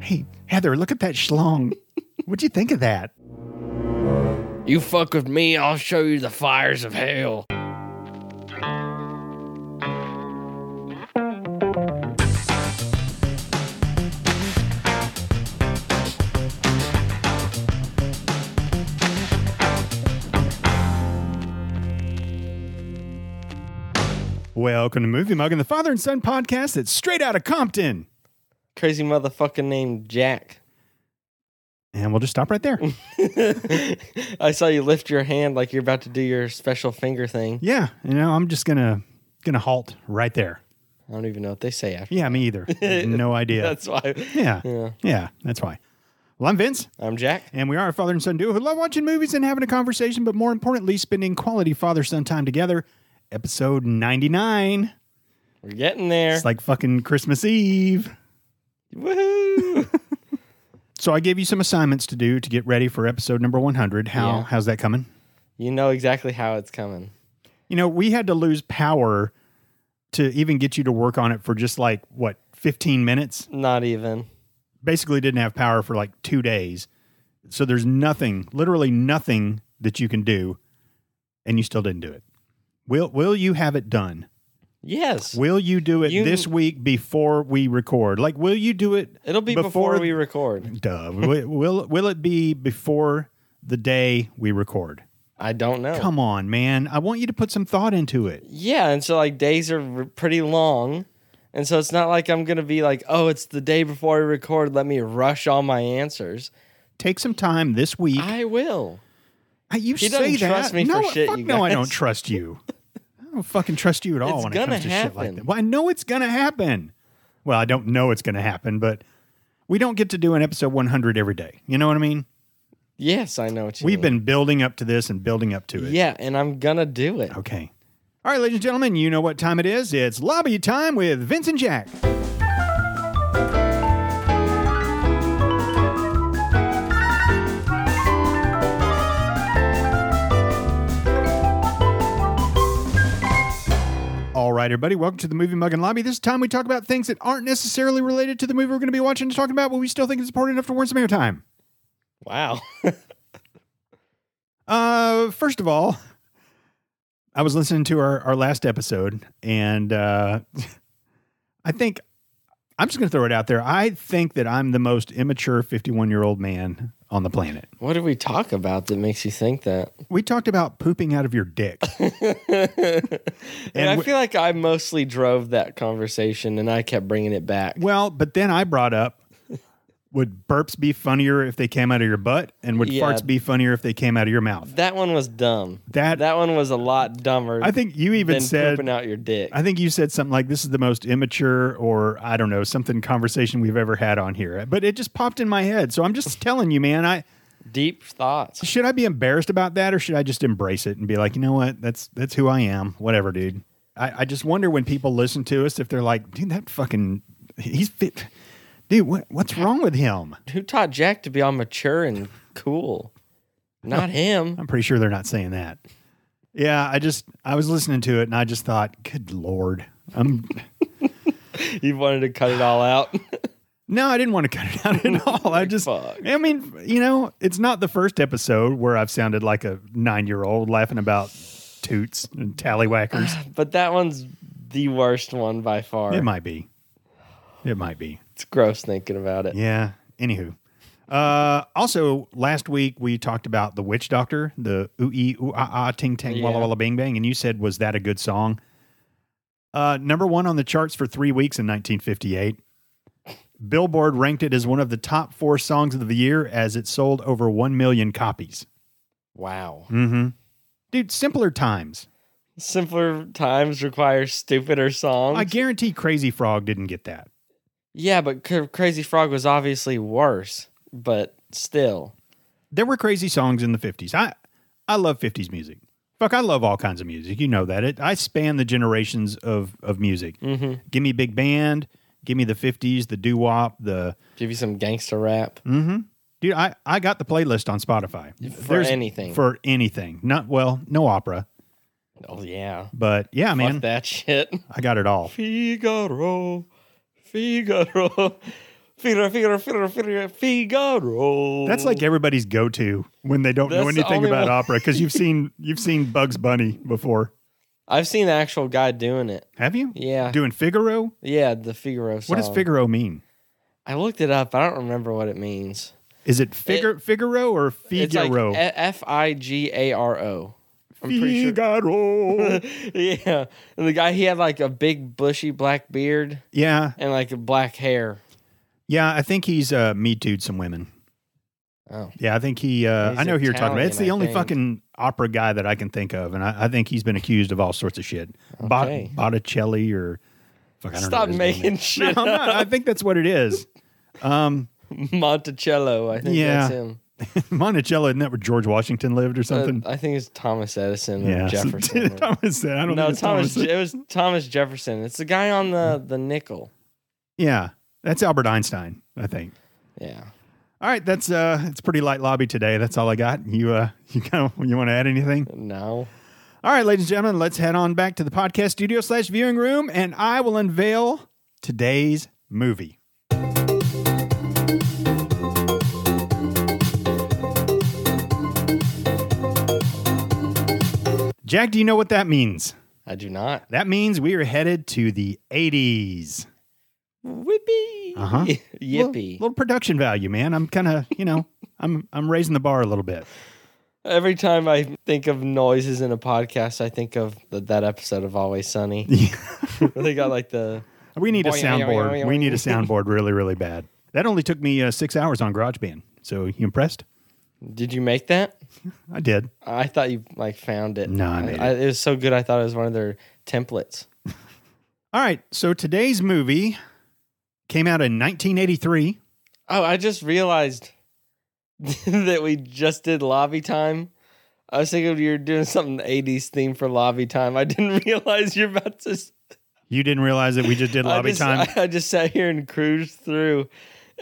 Hey, Heather, look at that schlong. What'd you think of that? You fuck with me, I'll show you the fires of hell. Welcome to Movie Mug and the Father and Son podcast. It's straight out of Compton. Crazy motherfucking named Jack. And we'll just stop right there. I saw you lift your hand like you're about to do your special finger thing. yeah, you know, I'm just gonna gonna halt right there. I don't even know what they say after. Yeah, me either. no idea. That's why. yeah, Yeah. yeah, that's why. Well, I'm Vince. I'm Jack. And we are a father and son duo who love watching movies and having a conversation, but more importantly, spending quality father son time together. Episode 99. We're getting there. It's like fucking Christmas Eve. Woohoo! So I gave you some assignments to do to get ready for episode number 100. How Yeah. how's that coming? you know exactly how it's coming. You know, we had to lose power to even get you to work on it for just like what 15 minutes. Not even. Basically didn't have power for like 2 days. So there's nothing, literally nothing that you can do and you still didn't do it. Will will you have it done? Yes. Will you do it You- this week before we record? Like, will you do it? It'll be before, before- we record. Duh. will, will will it be before the day we record? I don't know. Come on, man. I want you to put some thought into it. Yeah, and so like days are r- pretty long. And so it's not like I'm going to be like, "Oh, it's the day before I record, let me rush all my answers." Take some time this week. I will. I, you he say doesn't that? trust me no, for shit, fuck you no, I guys. don't trust you. I don't fucking trust you at all It's when it gonna comes to shit like happen. that. Well, I know it's gonna happen. Well, I don't know it's gonna happen, but we don't get to do an episode 100 every day. You know what I mean? Yes, I know what you We've mean. been building up to this and building up to it. Yeah, and I'm going to do it. Okay. All right, ladies and gentlemen, you know what time it is. It's lobby time with Vince and Jack. All right, everybody, welcome to the Movie Mug and Lobby. This time we talk about things that aren't necessarily related to the movie we're going to be watching and talking about, but we still think it's important enough to warrant some airtime. Wow. Uh, first of all, I was listening to our, our last episode, and uh, I think I'm just going to throw it out there. I think that I'm the most immature 51 year old man on the planet. what did we talk about that makes you think that? We talked about pooping out of your dick. and I we- feel like I mostly drove that conversation and I kept bringing it back. well, but then I brought up would burps be funnier if they came out of your butt, and would Yeah. farts be funnier if they came out of your mouth? That one was dumb. That, That one was a lot dumber I think you even than said pooping out your dick. I think you said something like this is the most immature or I don't know, something conversation we've ever had on here. But it just popped in my head. So I'm just telling you, man, I Deep thoughts. should I be embarrassed about that or should I just embrace it and be like, you know what? That's that's who I am. Whatever, dude. I, I just wonder when people listen to us if they're like, dude, that fucking he's fit dude, what what's wrong with him? Who taught Jack to be all mature and cool? Not him. I'm pretty sure they're not saying that. Yeah, I just I was listening to it and I just thought, good lord. I'm You wanted to cut it all out. No, I didn't want to cut it out at all. I just, Fuck. I mean, you know, it's not the first episode where I've sounded like a nine year old laughing about toots and tallywhackers. but that one's the worst one by far. it might be. It might be. It's gross thinking about it. Yeah. Anywho. Uh, also, last week we talked about the witch doctor, the ooh ee ooh ah ah ting tang walla Yeah. walla bing bang, and you said was that a good song? Uh, number one on the charts for three weeks in 1958. Billboard ranked it as one of the top four songs of the year as it sold over one million copies. Wow. Mm-hmm. Dude, simpler times. Simpler times require stupider songs. I guarantee Crazy Frog didn't get that. yeah, but C- Crazy Frog was obviously worse, but still. there were crazy songs in the 50s. I I love 50s music. Fuck, I love all kinds of music. You know that. It, I span the generations of of music. Mhm. Give me big band, give me the 50s, the doo-wop, the Give you some gangster rap. Mhm. Dude, I I got the playlist on Spotify. For anything. For anything. Not well, no opera, Oh, yeah. but yeah, Fuck man, that shit. I got it all. Figaro. Figaro. Figaro, Figaro, Figaro, Figaro, Figaro. That's like everybody's go-to when they don't know That's the anything only about one. opera because you've seen you've seen Bugs Bunny before, I've seen the actual guy doing it. have you? Yeah, Doing Figaro. yeah, the Figaro. Song. What does Figaro mean? I looked it up. I don't remember what it means. Is it Figaro, Figaro or It's like Figaro? F I G A R O. I'm pretty sure. Figaro. yeah, and the guy he had like a big bushy black beard yeah, and like a black hair. yeah. I think he's uh, me too'd some women. Oh, Yeah, I think he. Uh, He's I know who you're talking about. It's the Italian, only I think. fucking opera guy that I can think of, and I, I think he's been accused of all sorts of shit. Bot- Okay. Botticelli or fuck, I don't know stop what his name is. making No, shit. I'm up. not. I think that's what it is. Um, Monticello, I think Yeah. that's him. Monticello, isn't that where George Washington lived or something? Uh, I think it's Thomas Edison yeah, or so- Jefferson. or- Thomas said. I don't no, think it's Thomas. Thomas. It was Thomas Jefferson. It's the guy on the the nickel. yeah, that's Albert Einstein, I think. Yeah. All right, that's uh, it's pretty light lobby today. That's all I got. You uh, you kind of, you want to add anything? No. All right, ladies and gentlemen, let's head on back to the podcast studio slash viewing room, and I will unveil today's movie. Jack, do you know what that means? I do not. That means we are headed to the 80s. Whippy. Uh-huh. Yippee. Little, little production value, man. I'm kind of, you know, I'm I'm raising the bar a little bit. Every time I think of noises in a podcast, I think of th- that episode of Always Sunny. they got like the We need a Boing, boing, soundboard. boing, We boing. need a soundboard really, really bad. That only took me uh, six hours on GarageBand. So you impressed? Did you make that? I did. I thought you like found it. No, I made it. was so good. I thought it was one of their templates. All right. So today's movie came out in 1983. Oh, I just realized that we just did lobby time. I was thinking you were doing something 80s theme for lobby time. I didn't realize you're about to. s- You didn't realize that we just did I lobby just- time. I, I just sat here and cruised through.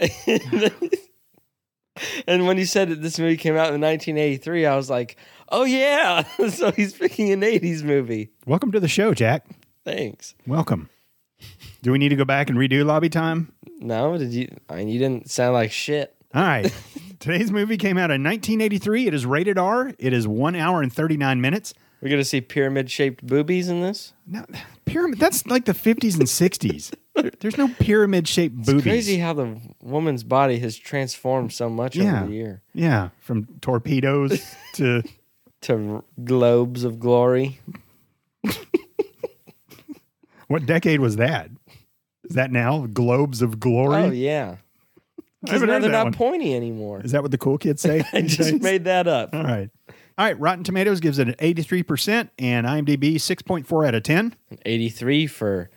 and when you said that this movie came out in 1983, I was like, oh, yeah. so he's picking an 80s movie. Welcome to the show, Jack. Thanks. Welcome. Do we need to go back and redo lobby time? No, did you? I mean, you didn't sound like shit. All right. today's movie came out in 1983. It is rated R. It is one hour and 39 minutes. We're going to see pyramid shaped boobies in this? Now, pyramid, that's like the 50s and 60s. There- There's no pyramid shaped boobies. Crazy how the woman's body has transformed so much Yeah. over the year Yeah, from torpedoes to to r- globes of glory. what decade was that? Is that now globes of glory? Oh yeah, I because haven't now heard Oh, they're that not one. pointy anymore. Is that what the cool kids say? I just made that up. All right. All right, Rotten Tomatoes gives it an 83% and IMDb 6.4 out of 10. Eighty three for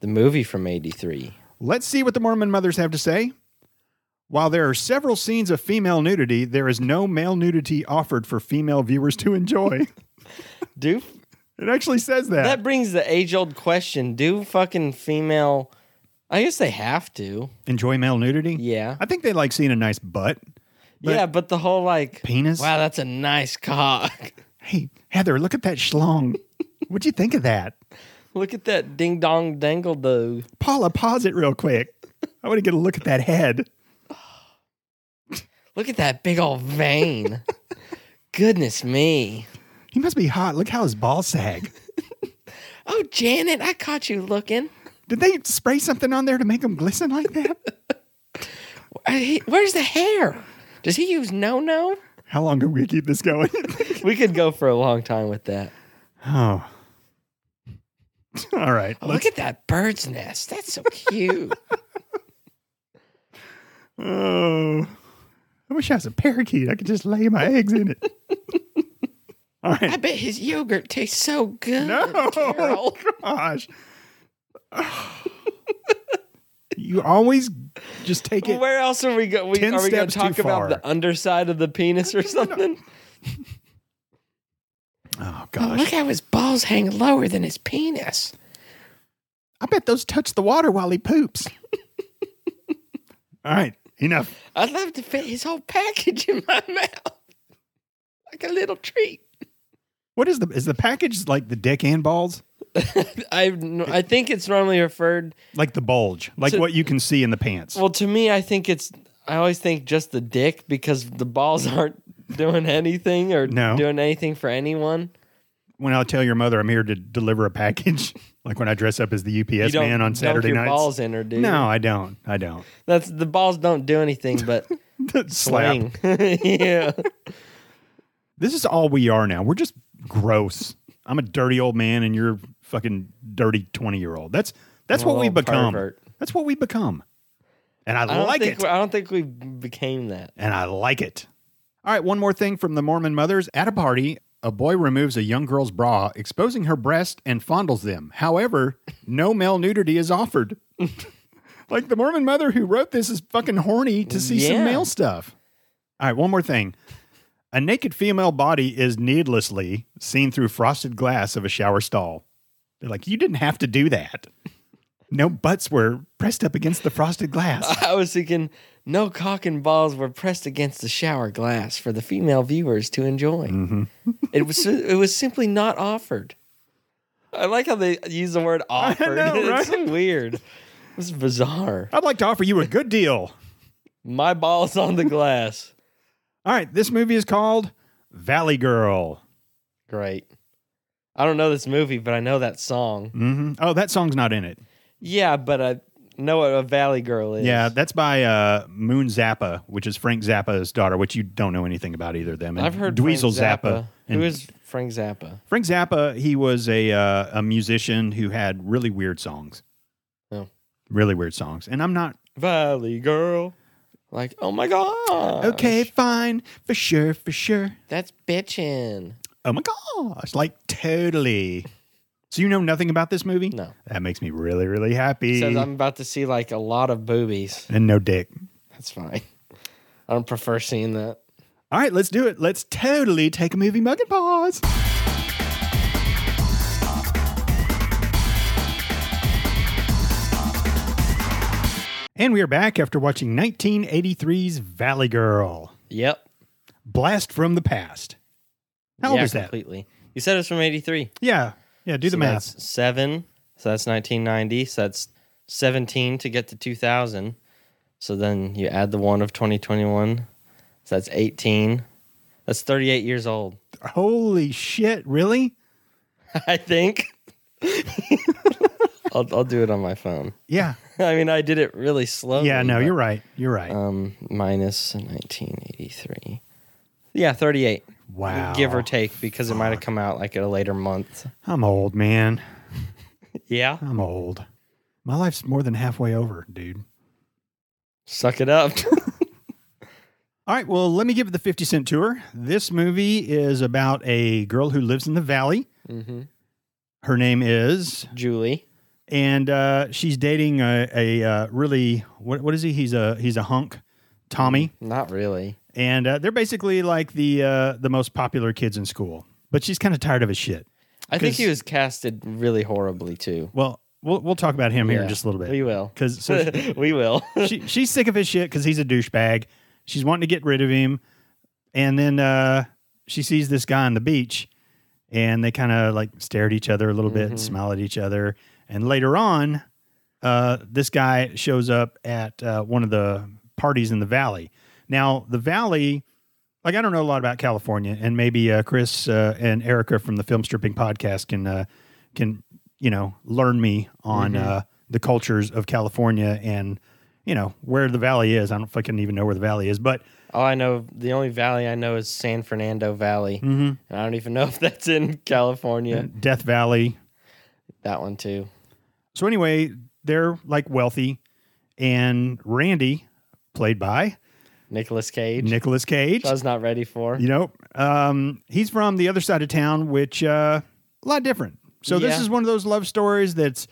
the movie from eighty three. Let's see what the Mormon mothers have to say. While there are several scenes of female nudity, there is no male nudity offered for female viewers to enjoy. Do it actually says that. that brings the age old question: Do fucking female? I guess they have to. enjoy male nudity? Yeah, I think they like seeing a nice butt, But- yeah, but the whole like, penis. wow, that's a nice cock. Hey, Heather, look at that schlong. What'd you think of that? Look at that ding dong dangle do. Paula, pause it real quick. I want to get a look at that head. Look at that big old vein. Goodness me. He must be hot. Look how his balls sag. Oh, Janet, I caught you looking. Did they spray something on there to make him glisten like that? Uh, he- Where's the hair? Does he use no no? How long can we keep this going? We could go for a long time with that. oh. All right. Oh, look at that bird's nest. That's so cute. Oh. I wish I was a parakeet. I could just lay my eggs in it. All I right. bet his yogurt tastes so good. No. Carol. Gosh. you always just take it. Where else are we going? We, Ten are we going steps to too talk far. about the underside of the penis or something? Oh, Oh, gosh. look how his balls hang lower than his penis. I bet those touch the water while he poops. All right, enough. I'd love to fit his whole package in my mouth, like a little treat. What is the is the package like the dick and balls? I I think it's normally referred. Like the bulge, like So- what you can see in the pants. Well, to me, I think it's. I always think just the dick because the balls aren't doing anything or No. doing anything for anyone. when I'll tell your mother I'm here to deliver a package, like when I dress up as the You UPS don't man on dump Saturday your nights. balls in her, dude. no, I don't. I don't. that's the balls don't do anything but Slap. slang. yeah, This is all we are now. We're just gross. I'm a dirty old man, and you're fucking dirty twenty year old. That's that's I'm a what we little become. pervert. That's what we become, and I, I don't like think it. I don't think we became that. and I like it. All right, one more thing from the Mormon mothers. At a party, a boy removes a young girl's bra, exposing her breast, and fondles them. However, no male nudity is offered. like the Mormon mother who wrote this is fucking horny to see some Yeah. male stuff. All right, one more thing. A naked female body is needlessly seen through frosted glass of a shower stall. They're like, you didn't have to do that. No butts were pressed up against the frosted glass. I was thinking no cock and balls were pressed against the shower glass for the female viewers to enjoy. Mm-hmm. it was it was simply not offered. I like how they use the word offered. know, It's so weird. It's bizarre. I'd like to offer you a good deal. My balls on the glass. All right, this movie is called Valley Girl. Great. I don't know this movie, but I know that song. hmm Oh, that song's not in it. Yeah, but I know what a Valley Girl is. Yeah, that's by uh, Moon Zappa, which is Frank Zappa's daughter, which you don't know anything about either of them. And I've heard Dweezil Frank Zappa. and- Who is Frank Zappa? Frank Zappa? He was a uh, a musician who had really weird songs. Oh. Really weird songs. And I'm not Valley Girl. Like, oh my god. okay, fine, for sure, for sure. That's bitchin'. Oh my gosh, like totally. So you know nothing about this movie? No. That makes me really, really happy. Says I'm about to see like a lot of boobies. and no dick. That's fine. I don't prefer seeing that. All right, let's do it. Let's totally take a movie mug and pause. And we are back after watching 1983's Valley Girl, Yep. Blast from the Past. How old yeah, is that? Completely. You said it's from '83. Yeah, yeah, do the math. Seven. So that's 1990. So that's 17 to get to 2000. So then you add the one of 2021. So that's 18. That's 38 years old. Holy shit, really? I think. I'll, I'll do it on my phone. Yeah, I mean, I did it really slowly. yeah, no, but- you're right. You're right. um, minus 1983. Yeah, 38, wow. give or take, because it might have come out like at a later month. I'm old, man. Yeah, I'm old. My life's more than halfway over, dude. suck it up. All right, well, let me give it the 50 Cent Tour. This movie is about a girl who lives in the valley. hmm Her name is, Julie, and uh, she's dating a, a uh, really, what, what is he? He's a he's a hunk, Tommy. not really. And uh, they're basically like the uh, the most popular kids in school. But she's kind of tired of his shit. I think 'Cause- he was casted really horribly too. Well, we'll, we'll talk about him here Yeah, in just a little bit. We will. 'Cause- so- we will. she, she's sick of his shit because he's a douchebag. She's wanting to get rid of him. And then uh, she sees this guy on the beach and they kind of like stare at each other a little bit and smile at each other. And later on, uh, this guy shows up at uh, one of the parties in the valley. Now, the valley, like I don't know a lot about California, and maybe uh, Chris uh, and Erica from the Film Stripping Podcast can uh, can you know learn me on uh, the cultures of California and you know where the valley is. I don't fucking even know where the valley is, but All I know, the only valley I know is San Fernando Valley. Mhm. And I don't even know if that's in California. Death Valley, that one too. So anyway, they're like wealthy, and Randy, played by Nicholas Cage. Nicolas Cage, I was not ready for. you know, um, he's from the other side of town, which uh, a lot different. So this Yeah. is one of those love stories that's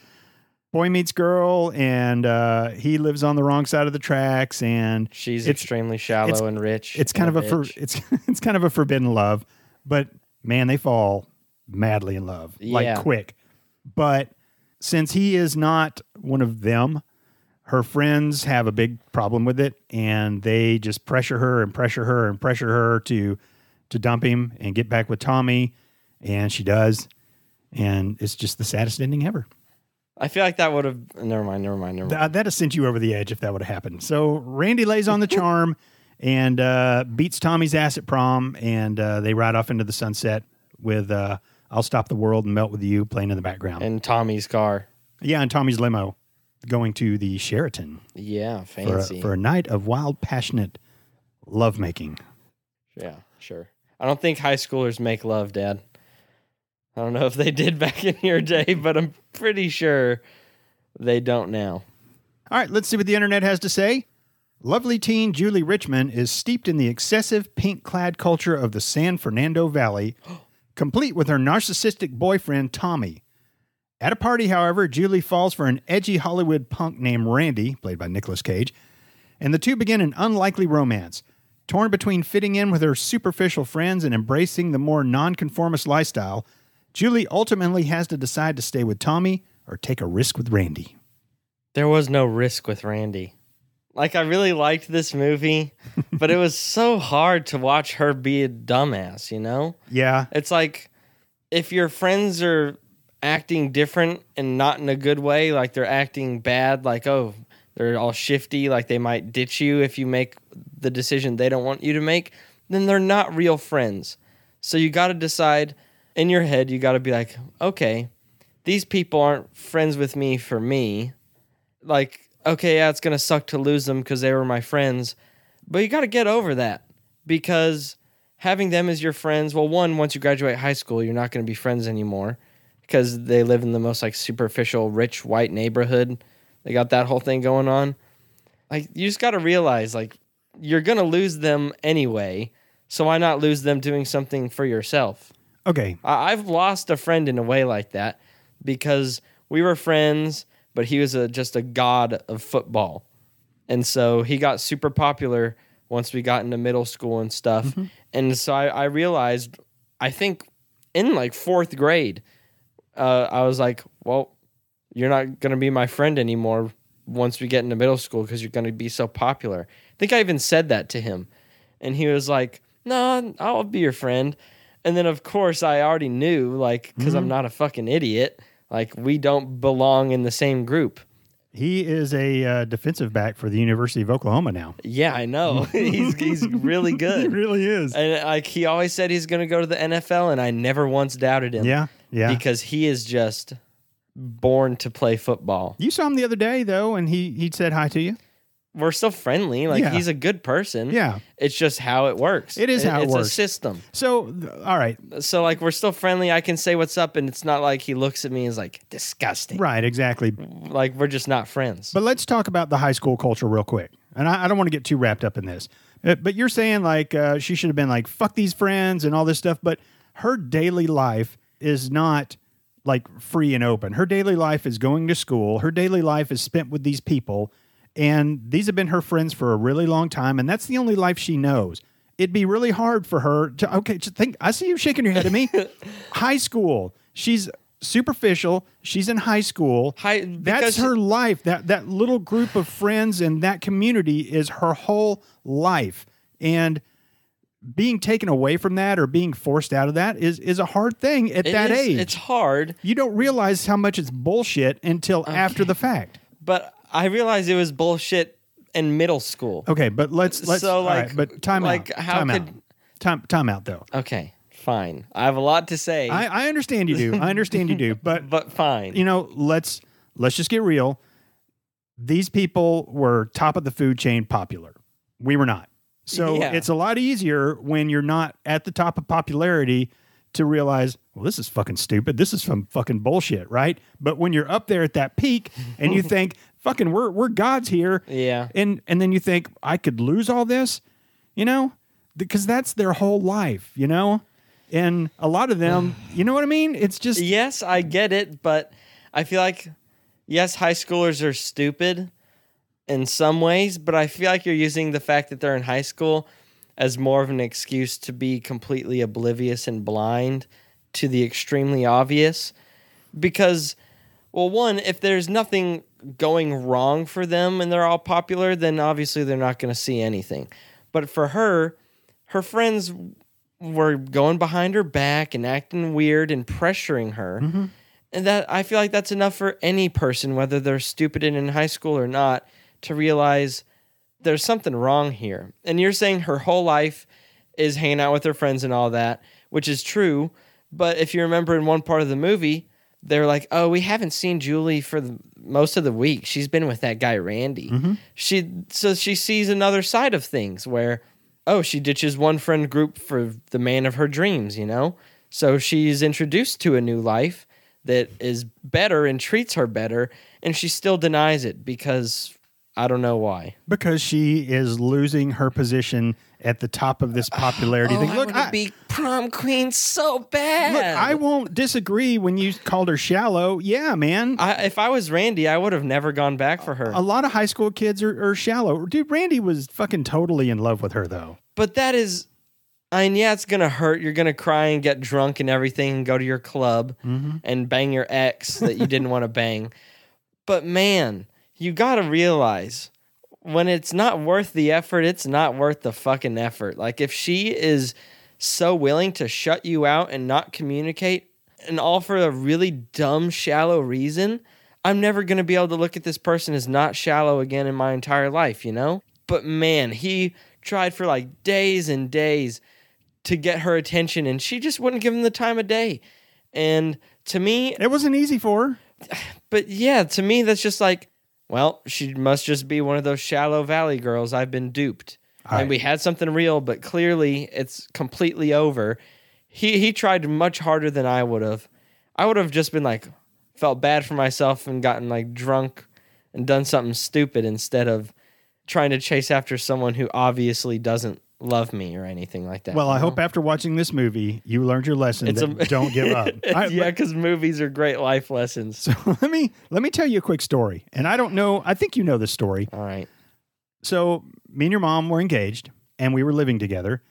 boy meets girl, and uh, he lives on the wrong side of the tracks, and She's It's- extremely shallow it's- and rich. it's kind and of a for, bitch. it's it's kind of a forbidden love, but man, they fall madly in love like Yeah. quick. But since he is not one of them, her friends have a big problem with it, and they just pressure her and pressure her and pressure her to to dump him and get back with Tommy, and she does. and it's just the saddest ending ever. I feel like that would have. Never mind. Never mind. Never mind. That, would uh, have sent you over the edge if that would have happened. So Randy lays on the charm and uh, beats Tommy's ass at prom, and uh, they ride off into the sunset with uh, "I'll Stop the World and Melt with You" playing in the background. And Tommy's car. yeah, and Tommy's limo going to the Sheraton Yeah, for a, fancy. for a night of wild, passionate lovemaking. yeah, sure. I don't think high schoolers make love, Dad. I don't know if they did back in your day, but I'm pretty sure they don't now. All right, let's see what the internet has to say. Lovely teen Julie Richmond is steeped in the excessive pink clad culture of the San Fernando Valley, complete with her narcissistic boyfriend, Tommy. At a party, however, Julie falls for an edgy Hollywood punk named Randy, played by Nicolas Cage, and the two begin an unlikely romance. Torn between fitting in with her superficial friends and embracing the more nonconformist lifestyle, Julie ultimately has to decide to stay with Tommy or take a risk with Randy. There was no risk with Randy. Like I really liked this movie, but it was so hard to watch her be a dumbass, you know? Yeah, It's like if your friends are acting different and not in a good way, like they're acting bad, like, oh, they're all shifty, like they might ditch you if you make the decision they don't want you to make, then they're not real friends. So you got to decide in your head, you got to be like, okay, these people aren't friends with me for me. Like, okay, yeah, it's going to suck to lose them because they were my friends. But you got to get over that because having them as your friends, well, one, once you graduate high school, you're not going to be friends anymore because they live in the most like superficial, rich, white neighborhood. They got that whole thing going on. Like, you just got to realize, like, you're going to lose them anyway. So why not lose them doing something for yourself? Okay. I- I've lost a friend in a way like that because we were friends, but he was a, just a god of football. And so he got super popular once we got into middle school and stuff. And so I, I realized, I think in like fourth grade, uh, I was like, well, you're not going to be my friend anymore once we get into middle school because you're going to be so popular. I think I even said that to him. And he was like, no, I'll be your friend. And then, of course, I already knew, like, because I'm not a fucking idiot, like, we don't belong in the same group. He is a uh, defensive back for the University of Oklahoma now. Yeah, I know. he's, he's really good. really is. And, like, he always said he's going to go to the NFL, and I never once doubted him. Yeah, yeah. Because he is just born to play football. you saw him the other day though, and he he said hi to you. We're still friendly. Like, Yeah. he's a good person. Yeah. It's just how it works. It is how it it's works. a system. So, th- all right, So, like, we're still friendly. I can say what's up, and it's not like he looks at me and is like, disgusting. right, exactly. Like, we're just not friends. But let's talk about the high school culture real quick. And I, I don't want to get too wrapped up in this. Uh, But you're saying like uh, she should have been like fuck these friends and all this stuff. But her daily life is not like free and open. Her daily life is going to school. Her daily life is spent with these people, and these have been her friends for a really long time. And that's the only life she knows. It'd be really hard for her to okay. Just think. I see you shaking your head at me. high school. She's superficial. She's in high school. Hi, That's because- her life. That that little group of friends and that community is her whole life. And being taken away from that or being forced out of that is is a hard thing at It that is- age. It's hard, you don't realize how much it's bullshit until after the fact. but I realized it was bullshit in middle school. Okay, but let's let's So, all right, like- but time like, out. how time out. could- Time time out though. Okay, fine. I have a lot to say, I, I understand you do. I understand you do. But but fine. you know, let's let's just get real. These people were top of the food chain popular. We were not. So Yeah. it's a lot easier when you're not at the top of popularity to realize, well, this is fucking stupid. This is some fucking bullshit, right? But when you're up there at that peak and you think, fucking we're we're gods here. yeah. And and then you think, I could lose all this, you know? Because that's their whole life, you know? And a lot of them, you know what I mean? It's just Yes, I get it, but I feel like yes, high schoolers are stupid in some ways, but I feel like you're using the fact that they're in high school as more of an excuse to be completely oblivious and blind to the extremely obvious because well, one, if there's nothing going wrong for them and they're all popular, then obviously they're not going to see anything. But for her, her friends were going behind her back and acting weird and pressuring her. Mhm. And that I feel like that's enough for any person, whether they're stupid and in high school or not, to realize there's something wrong here. And you're saying her whole life is hanging out with her friends and all that, which is true. But if you remember in one part of the movie, they're like, "Oh, we haven't seen Julie for the, most of the week. She's been with that guy Randy." She so she sees another side of things where, oh, she ditches one friend group for the man of her dreams, you know. So she's introduced to a new life that is better and treats her better, and she still denies it because I don't know why. because she is losing her position at the top of this popularity thing. Look, I, Oh, be prom queen so bad. look, I won't disagree when you called her shallow. Yeah, man. I, if I was Randy, I would have never gone back for her. a lot of high school kids are, are shallow. Dude, Randy was fucking totally in love with her though. But that is, I mean, yeah, it's gonna hurt. You're gonna cry and get drunk and everything, and go to your club and bang your ex that you didn't want to bang. But man, you gotta realize when it's not worth the effort, it's not worth the fucking effort. Like if she is so willing to shut you out and not communicate, and all for a really dumb, shallow reason. I'm never going to be able to look at this person as not shallow again in my entire life, you know? But man, he tried for like days and days to get her attention and she just wouldn't give him the time of day. And to me, It wasn't easy for her. but yeah, to me, that's just like, well, she must just be one of those shallow valley girls. I've been duped. All And we had something real, but clearly it's completely over. He he tried much harder than I would have. I would have just been like felt bad for myself and gotten like drunk and done something stupid instead of trying to chase after someone who obviously doesn't love me or anything like that. Well, I you know? hope after watching this movie, you learned your lesson. It's that a- don't give up. I- yeah, because movies are great life lessons. let me let me tell you a quick story. And I don't know. I think you know this story. All right. So me and your mom were engaged, and we were living together,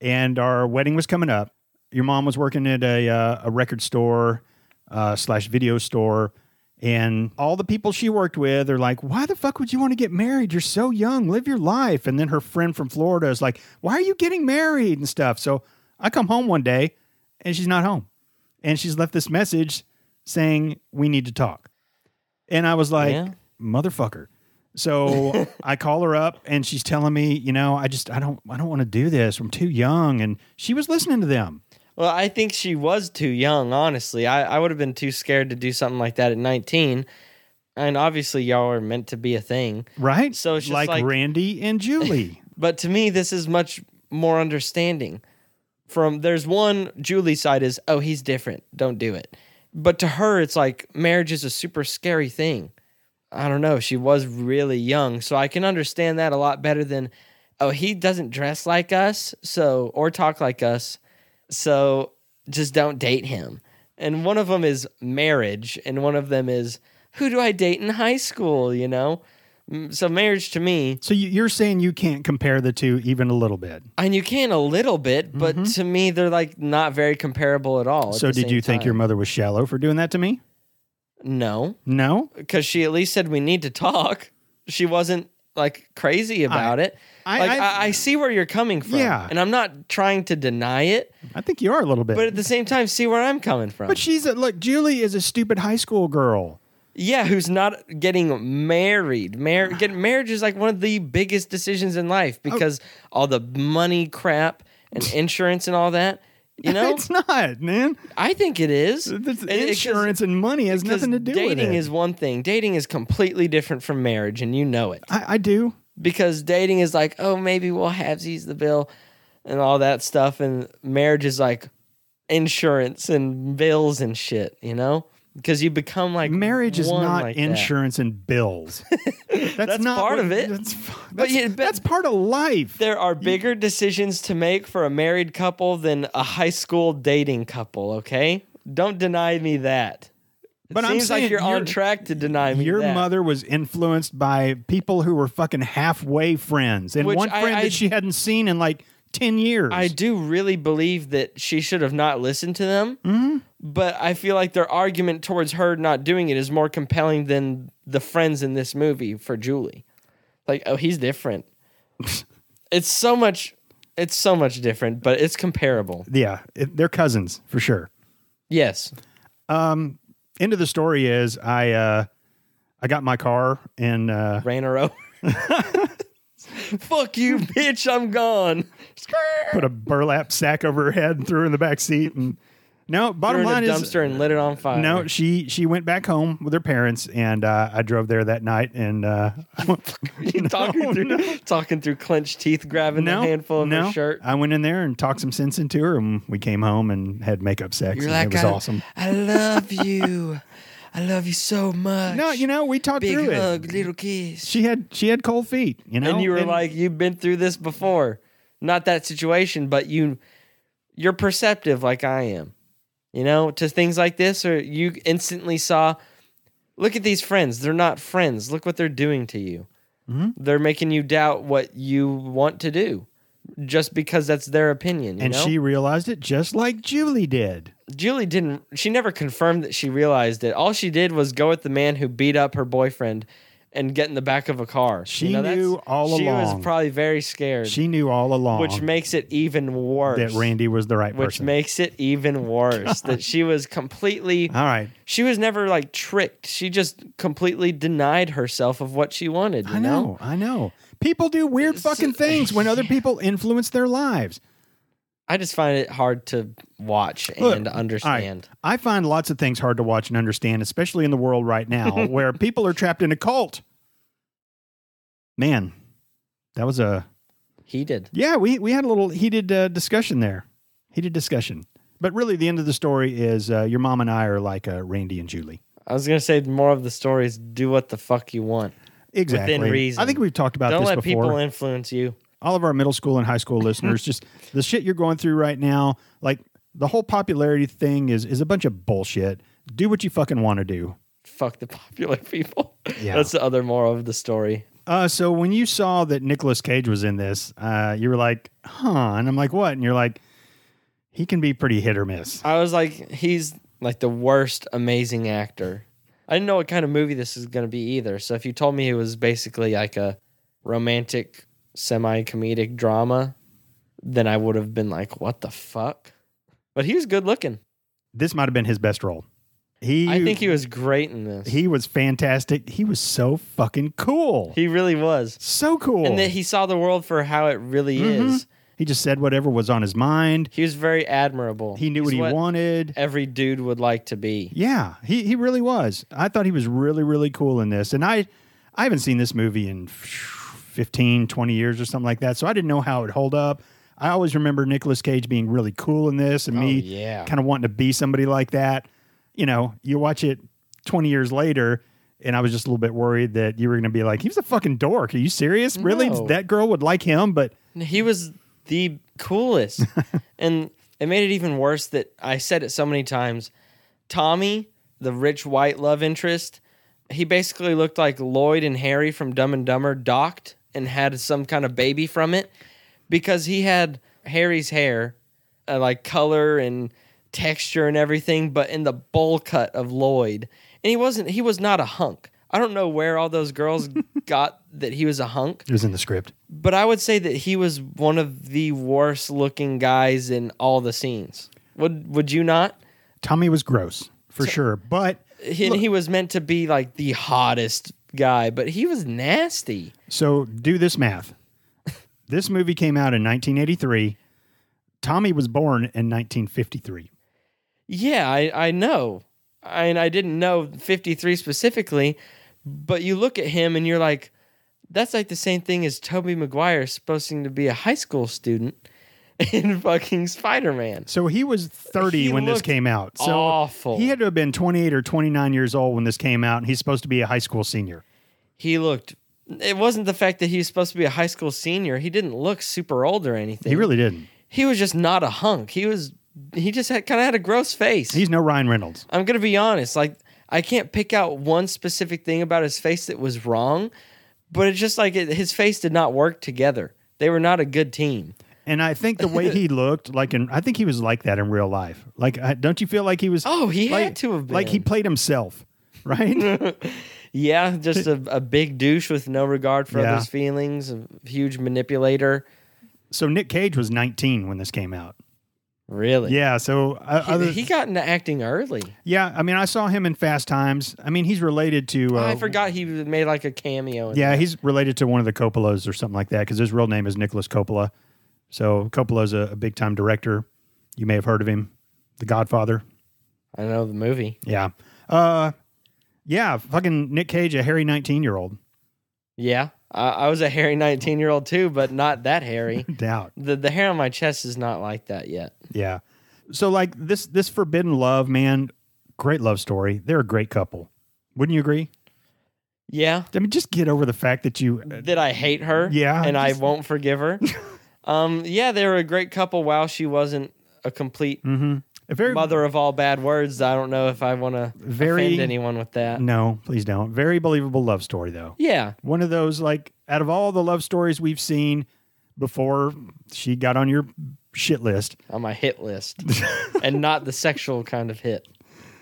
and our wedding was coming up. Your mom was working at a uh, a record store uh, slash video store, and all the people she worked with are like, "Why the fuck would you want to get married? You're so young. Live your life." And then her friend from Florida is like, "Why are you getting married and stuff?" So I come home one day, and she's not home, and she's left this message saying, "We need to talk." And I was like, Yeah. motherfucker. So I call her up and she's telling me, you know, I just I don't I don't want to do this. I'm too young. And she was listening to them. Well, I think she was too young, honestly. I, I would have been too scared to do something like that at 19. And obviously, y'all are meant to be a thing. Right? So it's just like, like- Randy and Julie. But to me, this is much more understanding. From there's one Julie side is, oh, he's different. Don't do it. But to her, it's like marriage is a super scary thing. I don't know. She was really young. So I can understand that a lot better than, oh, he doesn't dress like us. So, or talk like us. So just don't date him. And one of them is marriage. And one of them is, who do I date in high school? You know? Mm, So marriage to me, so you- you're saying you can't compare the two even a little bit. and you can a little bit, but to me, they're like not very comparable at all. at Mm-hmm. so the did same you think your time. mother was shallow for doing that to me? no? No. Because she at least said we need to talk. She wasn't like crazy about it. I- like I've- I, I see where you're coming from, Yeah. and I'm not trying to deny it, I think you are a little bit. but But, at the same time, see where I'm coming from. she's a look, Julie is a stupid high school girl. yeah, who's not getting married? Mar- getting marriage is like one of the biggest decisions in life Oh. because all the money crap and insurance and all that. You know, it's not, man. I think it is. This It- it- 'cause- insurance and money has Because nothing to do dating with it. is one thing. Dating is completely different from marriage, and you know it. I, I do. Because dating is like, oh, maybe we'll have these the bill and all that stuff. And marriage is like insurance and bills and shit, you know? Because you become like Marriage is one not like that. insurance and bills. That's, not part of it. That's, f- But that's, yeah, but- that's part of life. There are bigger decisions to make for a married couple than a high school dating couple, okay? Don't deny me that. It But I'm seems saying like you're, you're- on track to deny me Your that. mother was influenced by people who were fucking halfway friends, and Which one I- friend I- that she hadn't seen in like ten years. I do really believe that she should have not listened to them, Mm-hmm. but I feel like their argument towards her not doing it is more compelling than the friends in this movie for Julie. Like, oh, he's different. it's so much It's so much different, but it's comparable. Yeah, it, they're cousins for sure. Yes. Um, end of the story is I uh, I got my car and uh, Ran her over. Fuck you, bitch. I'm gone. put a burlap sack over her head and threw her in the back seat. And no, Threw bottom her line in a is dumpster and lit it on fire. no. She she went back home with her parents, and uh, I drove there that night. And uh, talking No, through no. talking through clenched teeth, grabbing no, the handful of no. her shirt. I went in there and talked some sense into her, and we came home and had makeup sex. You're and like, it was I, awesome. I love you. I love you so much. No, you know, we talked big through it. hug, little kiss. She had she had cold feet, you know, and you were like, you've been through this before. Not that situation, but you, you're perceptive like I am. You know, to things like this, or you instantly saw. Look at these friends. They're not friends. Look what they're doing to you. Mhm. They're making you doubt what you want to do, just because that's their opinion. you and know? she realized it just like Julie did. Julie didn't. She never confirmed that she realized it. All she did was go with the man who beat up her boyfriend and get in the back of a car. She that's- knew all she along. was probably very scared, She knew all along which makes it even worse. that Randy was the right which person. makes it even worse that she was completely. all right, She was never like tricked. She just completely denied herself of what she wanted. You I know, I know. People do weird It's- fucking things when other people influence their lives. I just find it hard to watch Look, and all right, understand. I find lots of things hard to watch and understand, especially in the world right now where people are trapped in a cult. Man, that was a He did. Yeah, we we had a little heated uh, discussion there, heated discussion. But really, the end of the story is uh, your mom and I are like uh, Randy and Julie. I was gonna say more of the stories. Do what the fuck you want. Exactly. reason. I think we've talked about Don't this let before. people influence you. All of our middle school and high school listeners, just the shit you're going through right now, like the whole popularity thing is is a bunch of bullshit. Do what you fucking want to do. Fuck the popular people. Yeah. That's the other moral of the story. Uh, so when you saw that Nicolas Cage was in this, uh, you were like, huh? And I'm like, what? And you're like, he can be pretty hit or miss. I was like, he's like the worst amazing actor. I didn't know what kind of movie this is going to be either. So if you told me it was basically like a romantic, semi comedic drama, then I would have been like, what the fuck? But he was good looking. This might have been his best role. He, I think he was great in this. He was fantastic. He was so fucking cool. he really was. so cool. And then he saw the world for how it really Mhm. is. he just said whatever was on his mind. He was very admirable. He knew He's what he wanted. Every dude would like to be. Yeah, he he really was. I thought he was really really cool in this. And I I haven't seen this movie in 15, 20 years or something like that. So I didn't know how it would hold up. I always remember Nicolas Cage being really cool in this and Oh, me yeah. kind of wanting to be somebody like that. You know, you watch it 20 years later and I was just a little bit worried that you were going to be like, he was a fucking dork. Are you serious? Really? No. That girl would like him, but He was the coolest. and it made it even worse that I said it so many times. Tommy, the rich white love interest, he basically looked like Lloyd and Harry from Dumb and Dumber docked and had some kind of baby from it because he had Harry's hair, uh, like color and texture and everything, but in the bowl cut of Lloyd. And he wasn't, he was not a hunk. I don't know where all those girls got that he was a hunk it was in the script. but I would say that he was one of the worst looking guys in all the scenes. Would would you not? Tommy was gross for sure, but He, he was meant to be like the hottest guy, but he was nasty. So do this math. this movie came out in 1983. Tommy was born in 1953. Yeah, I, I know. I, and I didn't know 53 specifically, but you look at him and you're like, that's like the same thing as Toby Maguire supposed to be a high school student in fucking Spider Man. So he was 30 He when this looked came out. So awful. he had to have been 28 or 29 years old when this came out, and he's supposed to be a high school senior. he looked it wasn't the fact that he was supposed to be a high school senior he didn't look super old or anything He really didn't. he was just not a hunk he was he just had kind of had a gross face He's no Ryan Reynolds. i'm gonna be honest like i can't pick out one specific thing about his face that was wrong but it's just like it, his face did not work together they were not a good team And I think the way he looked, like, in, I think he was like that in real life. Like, I, don't you feel like he was? Oh, he had like, to have Like he been. played himself, right? yeah just a, a big douche with no regard for Yeah. others feelings a huge manipulator So Nick Cage was 19 when this came out. Really? Yeah. So uh, He, other- he got into acting early. yeah, I mean, I saw him in Fast Times. I mean, he's related to. Uh, Oh, I forgot he made like a cameo. in- Yeah, he's related to one of the Coppolas or something like that because his real name is Nicholas Coppola. So Coppola's a, a big time director. You may have heard of him, The Godfather. I know the movie. Yeah. Uh, yeah, fucking Nick Cage, a hairy 19 year old. Yeah. I, I was a hairy 19 year old too, but not that hairy. Doubt. the, the hair on my chest is not like that yet. Yeah. So like this this forbidden love, man, great love story. They're a great couple. Wouldn't you agree? Yeah. I mean, just get over the fact that you uh, That I hate her. Yeah, And I just- won't forgive her. um, yeah, they were a great couple while she wasn't a complete Mhm. a very mother of all bad words. I don't know if I want to Very- offend anyone with that. No, please don't. Very believable love story though. Yeah. One of those like out of all the love stories we've seen before she got on your shit list, On my hit list. and not the sexual kind of hit.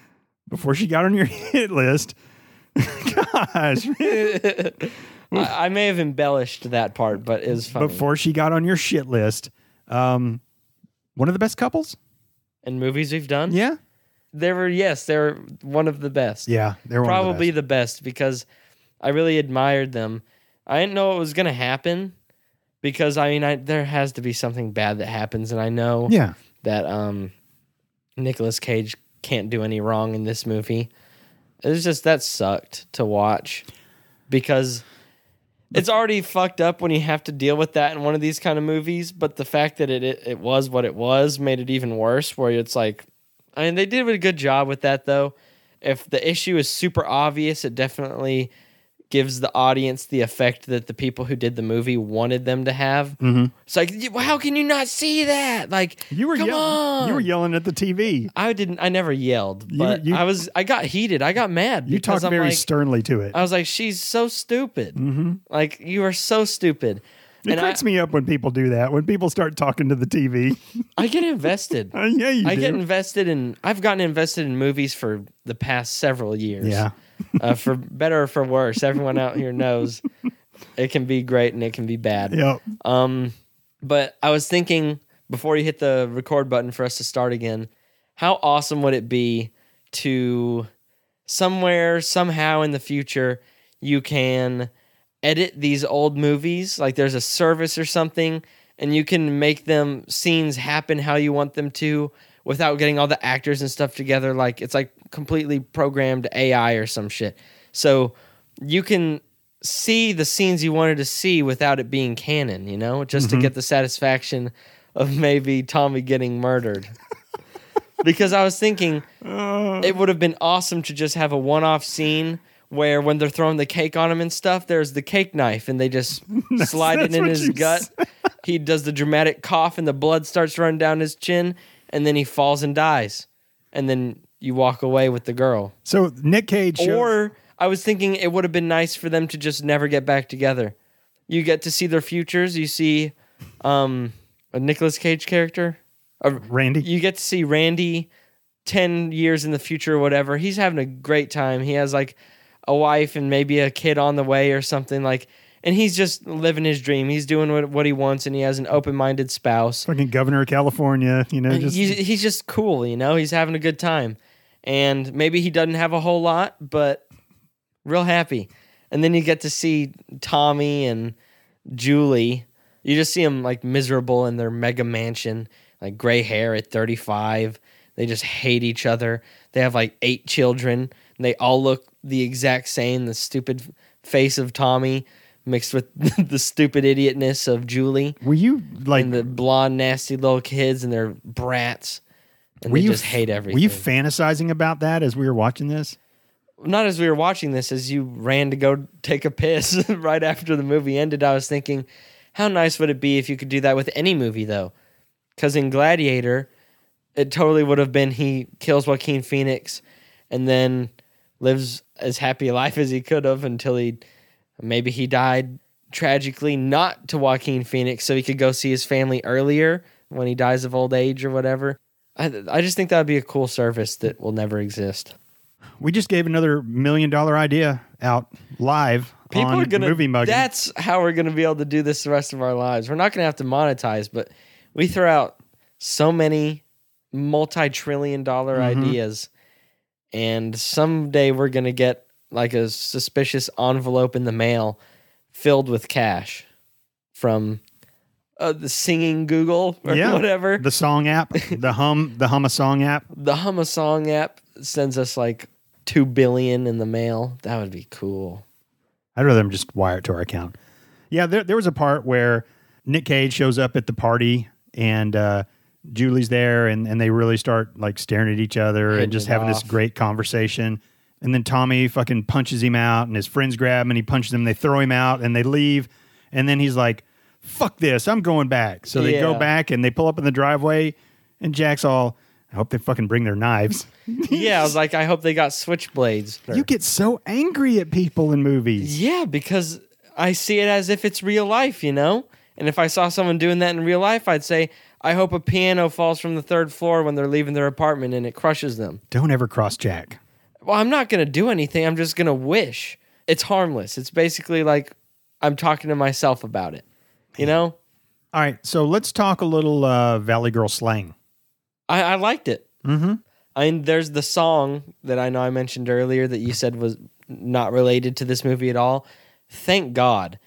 before she got on your hit list. Gosh, man. I, I may have embellished that part, but it's funny. before she got on your shit list. Um one of the best couples? and movies we've done, Yeah. they were yes, they're one of the best. Yeah, they're one of the probably the best. because I really admired them. I didn't know it was gonna happen because I mean, I there has to be something bad that happens, and I know best. Yeah. that um, Nicolas Cage can't do any wrong in this movie. It's just that sucked to watch because it's already fucked up when you have to deal with that in one of these kind of movies. But the fact that it it, it was what it was made it even worse. Where it's like, I mean, they did a good job with that though. If the issue is super obvious, it definitely gives the audience the effect that the people who did the movie wanted them to have. It's like, "You- how can you not see that? Like, Mm-hmm. You were come yelling. on. You were yelling at the TV. I didn't. I never yelled, You- but you- I was. I got heated. I got mad. You because talked I'm very Mm-hmm. like, uh, sternly to it. I was like, she's so stupid. Like, you are so stupid. it and I, cracks me up when people do that. When people start talking to the TV. I get invested. Uh, yeah, you I do. get invested in. I've gotten invested in movies for the past several years. Yeah. uh, for better or for worse, everyone out here knows it can be great and it can be bad. yeah. Um, but I was thinking before you hit the record button for us to start again, how awesome would it be to somewhere, somehow in the future, you can edit these old movies? Like there's a service or something, and you can make them scenes happen how you want them to without getting all the actors and stuff together. Like it's like completely programmed AI or some shit. So you can see the scenes you wanted to see without it being canon, you know, just to get the satisfaction of maybe Tommy getting murdered. because I was thinking Uh. it would have been awesome to just have a one off scene where when they're throwing the cake on him and stuff, there's the cake knife and they just slide it that's in what his you gut. he does the dramatic cough and the blood starts running down his chin and then he falls and dies. And then you walk away with the girl. So Nick Cage. shows- Or I was thinking it would have been nice for them to just never get back together. You get to see their futures. You see um, a Nicolas Cage character. A- Randy. You get to see Randy 10 years in the future or whatever. He's having a great time. He has like a wife and maybe a kid on the way or something like and he's just living his dream. He's doing what, what he wants and he has an open-minded spouse. fucking governor of California. You know, And just he's, he's just cool, you know. He's having a good time, and maybe he doesn't have a whole lot, but real happy. And then you get to see Tommy and Julie. You just see them like miserable in their mega mansion, like gray hair at thirty five. They just hate each other. They have like eight children. And they all look the exact same. The stupid face of Tommy mixed with the stupid idiotness of Julie were you like? and the blonde, nasty little kids and their brats, and were we they you just hate everything. Were you fantasizing about that as we were watching this? Not as we were watching this, as you ran to go take a piss right after the movie ended, I was thinking, how nice would it be if you could do that with any movie though? Because in Gladiator, it totally would have been he kills Joaquin Phoenix, and then lives as happy a life as he could have until he maybe he died tragically not to Joaquin Phoenix so he could go see his family earlier when he dies of old age or whatever. I I just think that would be a cool service that will never exist. We just gave another million dollar idea out live People on are gonna movie mug. That's how we're gonna be able to do this the rest of our lives. We're not gonna have to monetize, but we throw out so many multi-trillion dollar Mhm. ideas, and someday we're gonna get like a suspicious envelope in the mail filled with cash from uh, the singing Google or Yeah. whatever. the song app, the hum, the hum a song app. The Hum a Song app sends us like two billion in the mail. That would be cool. I'd rather them just wire it to our account. Yeah, there there was a part where Nick Cage shows up at the party and uh, Julie's there, and and they really start like staring at each other Hitting and just it having this off. great conversation. And then Tommy fucking punches him out, and his friends grab him and he punches them. They throw him out and they leave. And then he's like, "Fuck this, I'm going back." So they go Yeah. back and they pull up in the driveway, and Jack's all, "I hope they fucking bring their knives." yeah, I was like, I hope they got switchblades. You get so angry at people in movies. Yeah, because I see it as if it's real life, you know? And if I saw someone doing that in real life, I'd say, I hope a piano falls from the third floor when they're leaving their apartment and it crushes them. Don't ever cross Jack. Well, I'm not going to do anything. I'm just going to wish. It's harmless. It's basically like I'm talking to myself about it, you know? All right, so let's talk a little uh, Valley Girl slang. I, I liked it. Mm-hmm. I mean, there's the song that I know I mentioned earlier that you said was not related to this movie at all. Thank God,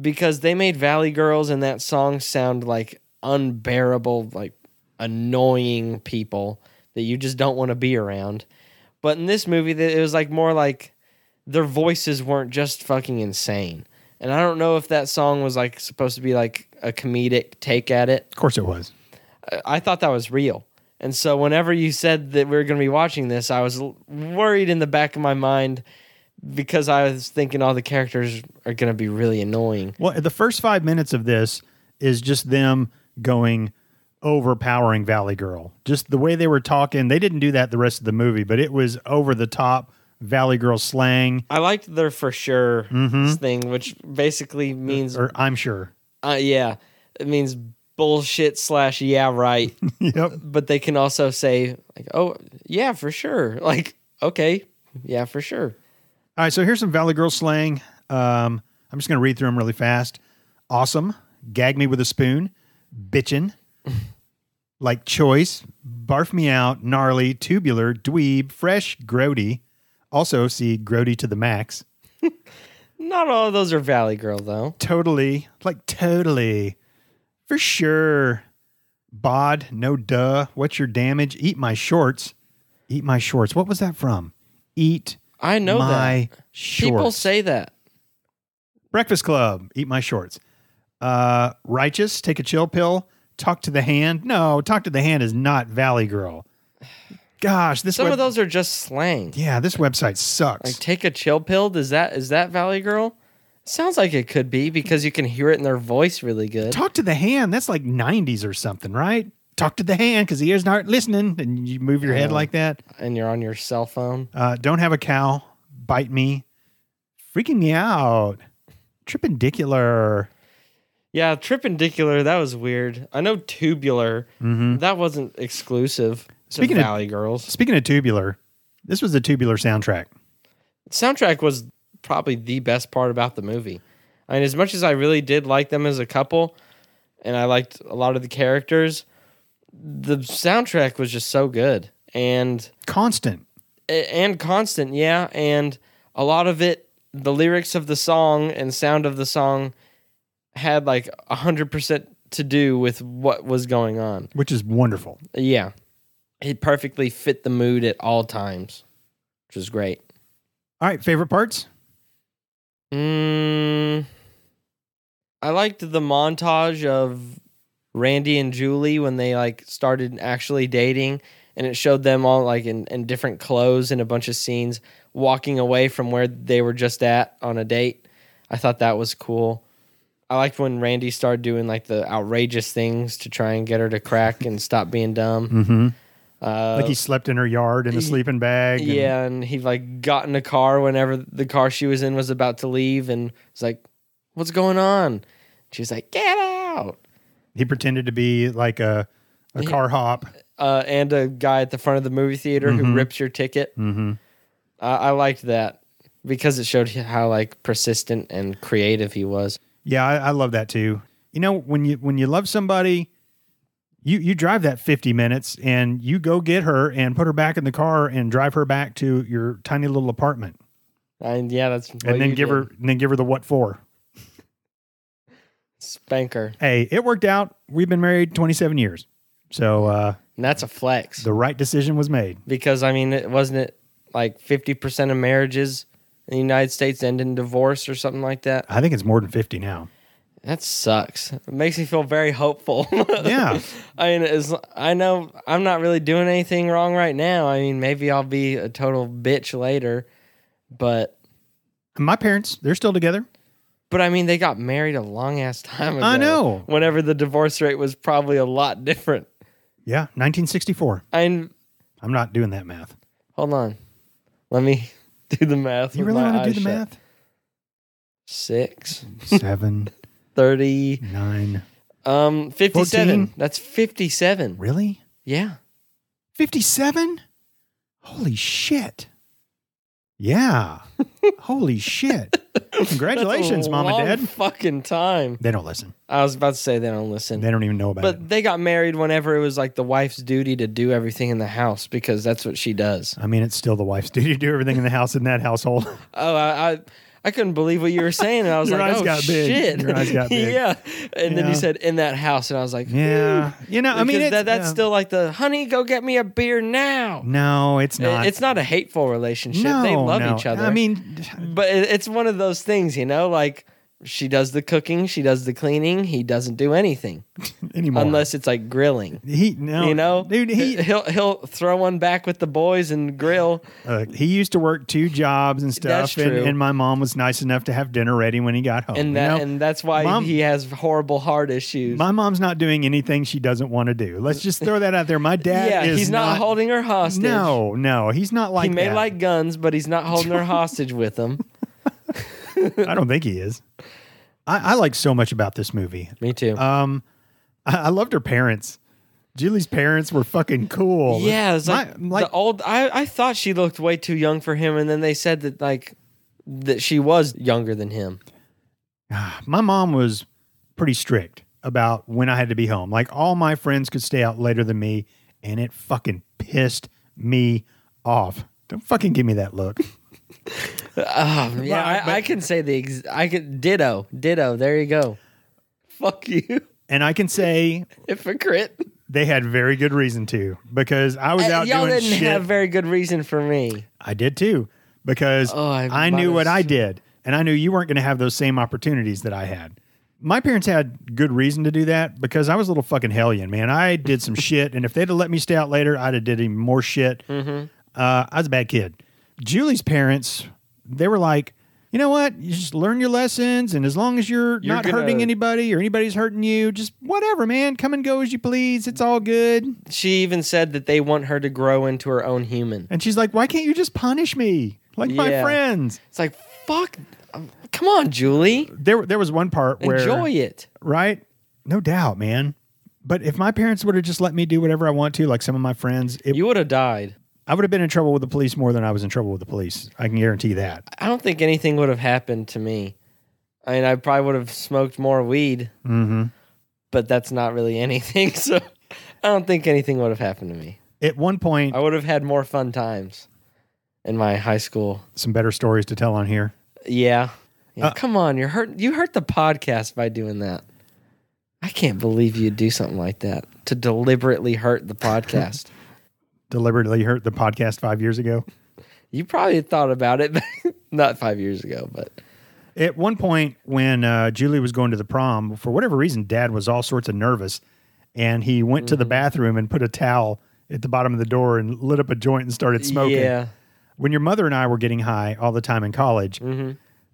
because they made Valley Girls and that song sound like unbearable, like annoying people that you just don't want to be around. But in this movie, th- it was like more like their voices weren't just fucking insane. And I don't know if that song was like supposed to be like a comedic take at it Of course it was. I thought that was real. And so whenever you said that we were going to be watching this, I was l- worried in the back of my mind because I was thinking all the characters are going to be really annoying. Well, the first five minutes of this is just them going overpowering Valley Girl. Just the way they were talking. They didn't do that the rest of the movie, but it was over the top Valley Girl slang, I liked their for sure Mhm. thing, which basically means, or I'm sure. uh, yeah, it means bullshit slash yeah, right. yep. but they can also say, like, oh, yeah, for sure. Like, okay, yeah, for sure. All right, so here's some Valley Girl slang. Um, I'm just going to read through them really fast. Awesome, gag me with a spoon, bitchin', like choice, barf me out, gnarly, tubular, dweeb, fresh, grody. Also, see grody to the max. Not all of those are Valley Girl, though. Totally, like totally, for sure. Bod, no duh. What's your damage? Eat my shorts. Eat my shorts. What was that from? Eat I know my that. People shorts. say that. Breakfast Club, eat my shorts. Uh, righteous, take a chill pill. Talk to the hand. No, talk to the hand is not Valley Girl. Gosh, this Some web- of those are just slang. yeah, this website sucks. Like take a chill pill. Does that is that Valley Girl? Sounds like it could be because you can hear it in their voice really good. talk to the hand. That's like '90s or something, right? Talk to the hand because the ears aren't listening, and you move your head Yeah. like that. And you're on your cell phone. Uh, don't have a cow. Bite me. Freaking me out. Tripendicular. Yeah, tripendicular. That was weird. I know tubular. Mm-hmm. That wasn't exclusive Speaking to of- Valley Girls. Speaking of tubular, this was the tubular soundtrack. Soundtrack was probably the best part about the movie. I mean, as much as I really did like them as a couple, and I liked a lot of the characters, the soundtrack was just so good. And Constant. A- and constant yeah and a lot of it the lyrics of the song and sound of the song had like 100% to do with what was going on which is wonderful. yeah it perfectly fit the mood at all times which was great All right, favorite parts? mm, i liked the montage of randy and julie when they like started actually dating and it showed them all like in, in different clothes and a bunch of scenes walking away from where they were just at on a date. I thought that was cool. I liked when Randy started doing like the outrageous things to try and get her to crack and stop being dumb. Mm-hmm. Uh, like he slept in her yard in a y- sleeping bag. and- yeah, and he like got in a car whenever the car she was in was about to leave and was like, "What's going on?" She was like, "Get out!" He pretended to be like a, a Yeah. car hop. Uh, and a guy at the front of the movie theater who rips your ticket. Mm-hmm. I, I liked that because it showed how like persistent and creative he was. Yeah, I, I love that too. You know, when you when you love somebody, you you drive that 50 minutes and you go get her and put her back in the car and drive her back to your tiny little apartment And yeah, that's what and then Oh, you give did. her and then give her the what for. spanker. Hey, it worked out. We've been married 27 years. So uh And that's a flex the right decision was made. because I mean, it wasn't it like fifty percent of marriages in the United States end in divorce or something like that. I think it's more than 50 now. That sucks. It makes me feel very hopeful. Yeah. I mean, as I know, I'm not really doing anything wrong right now. I mean, maybe I'll be a total bitch later, but My parents, they're still together. but I mean, they got married a long ass time ago. I know. Whenever the divorce rate was probably a lot different. Yeah, 1964. I I'm not doing that math. hold on, let me do the math. You with really my want to eyes do the shut. math? Six, Seven, thirty, nine. um, fifty-seven. 14. That's fifty-seven. Really? Yeah, 57? Holy shit. Yeah. Holy shit. Congratulations, That's a mom and long dad. Fucking time. They don't listen. I was about to say they don't listen. They don't even know about it. But they got married whenever it was like the wife's duty to do everything in the house because that's what she does. I mean, it's still the wife's duty to do everything in the house in that household. Oh, I I, I couldn't believe what you were saying, and I was Your like, eyes oh got big. shit, Your eyes got big. yeah. And then Yeah. you said in that house, and I was like, yeah. "Ooh." You know, I mean, Because it's, that, that's yeah. still like the honey, go get me a beer now. No, it's It- not. It's not a hateful relationship. no, they love no. each other. I mean, but it, it's one of those things, you know, like. She does the cooking, she does the cleaning, he doesn't do anything anymore. unless it's like grilling. he, no, you know, dude, he, he'll he'll throw one back with the boys and grill. uh, he used to work two jobs and stuff. That's And, true. and my mom was nice enough to have dinner ready when he got home. you and that know? and that's why Mom- he has horrible heart issues. My mom's not doing anything she doesn't want to do. Let's just throw that out there. My dad yeah, is he's not, holding her hostage. No, no, he's not he like may that. like guns, but he's not holding her hostage with him. I don't think he is. I, I like so much about this movie. Me too. Um, I, I loved her parents. Julie's parents were fucking cool. yeah, it's My- like, the old. I I thought she looked way too young for him, and then they said that like that she was younger than him. my mom was pretty strict about when I had to be home. Like all my friends could stay out later than me, and it fucking pissed me off. Don't fucking give me that look. Oh, yeah, I, but- I can say the ex- I could ditto ditto. There you go. Fuck you, and I can say hypocrite. They had very good reason to because I was Uh, out y'all doing didn't shit. have very good reason for me. I did too because Oh, I I, knew might what have- I did and I knew you weren't going to have those same opportunities that I had. My parents had good reason to do that because I was a little fucking hellion, man. I did some shit, and if they'd have let me stay out later, I'd have did even more shit. Hmm. Mm-hmm. Uh, I was a bad kid. Julie's parents, they were like, you know what? You just learn your lessons, and as long as you're, You're not gonna- hurting anybody or anybody's hurting you, just whatever, man. Come and go as you please. It's all good. She even said that they want her to grow into her own human. And she's like, "Why can't you just punish me like my Yeah. friends?" It's like, fuck, um, come on, Julie, There, there was one part where, enjoy it. right? No doubt, man. But if my parents would have just let me do whatever I want to, like some of my friends, it, You would have died. I would have been in trouble with the police more than I was in trouble with the police. I can guarantee that. I don't think anything would have happened to me. I mean, I probably would have smoked more weed, Mm-hmm. but that's not really anything. So I don't think anything would have happened to me. At one point, I would have had more fun times in my high school. some better stories to tell on here. Yeah. Yeah, Uh, come on, you're hurt. You hurt the podcast by doing that. I can't believe you'd do something like that to deliberately hurt the podcast. Deliberately hurt the podcast five years ago. you probably thought about it, not five years ago, but At one point, when uh, Julie was going to the prom, for whatever reason, Dad was all sorts of nervous, and he went to the bathroom and put a towel at the bottom of the door and lit up a joint and started smoking. yeah, When your mother and I were getting high all the time in college,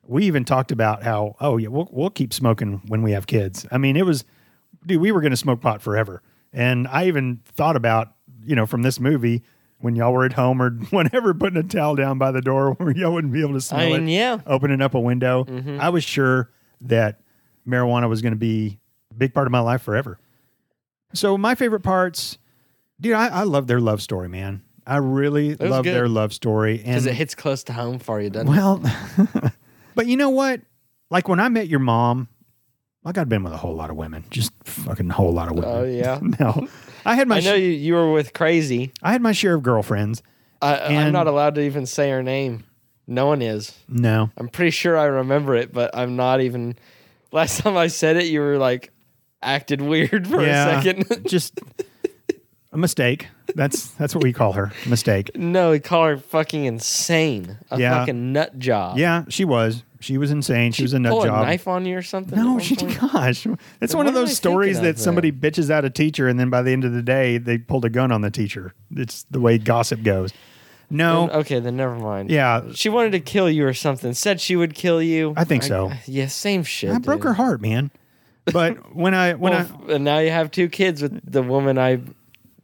we even talked about how, oh yeah, we'll we'll keep smoking when we have kids. I mean, it was, dude, we were going to smoke pot forever, and I even thought about, you know, from this movie. When y'all were at home or whenever, putting a towel down by the door where y'all wouldn't be able to smell I mean, it yeah, opening up a window. Mm-hmm. I was sure that marijuana was going to be a big part of my life forever. So my favorite parts, dude, I, I love their love story, man. I really was love good. their love story. because And it hits close to home for you, doesn't it? well, but you know what? Like when I met your mom, like I'd been with a whole lot of women, just fucking whole lot of women. Oh, yeah. no, I had my I sh- know you, you were with Crazy. I had my share of girlfriends. I, And- I'm not allowed to even say her name. No one is. No, I'm pretty sure I remember it, but I'm not even. Last time I said it, you were like acted weird for Yeah. a second. just a mistake. That's that's what we call her, mistake. no, we call her fucking insane, a Yeah. fucking nut job. Yeah, she was. She was insane. She, was a nut Pull job. a knife on you or something. at No, one she, point? gosh, that's Then one of what am those I stories thinking of that somebody bitches out a teacher, and then by the end of the day, they pulled a gun on the teacher. It's the way gossip goes. No, Okay, then uh, never mind. yeah, She wanted to kill you or something. Said she would kill you. I think so. yeah, same shit. I broke dude. her heart, man. But when I when well, I f- and now you have two kids with the woman I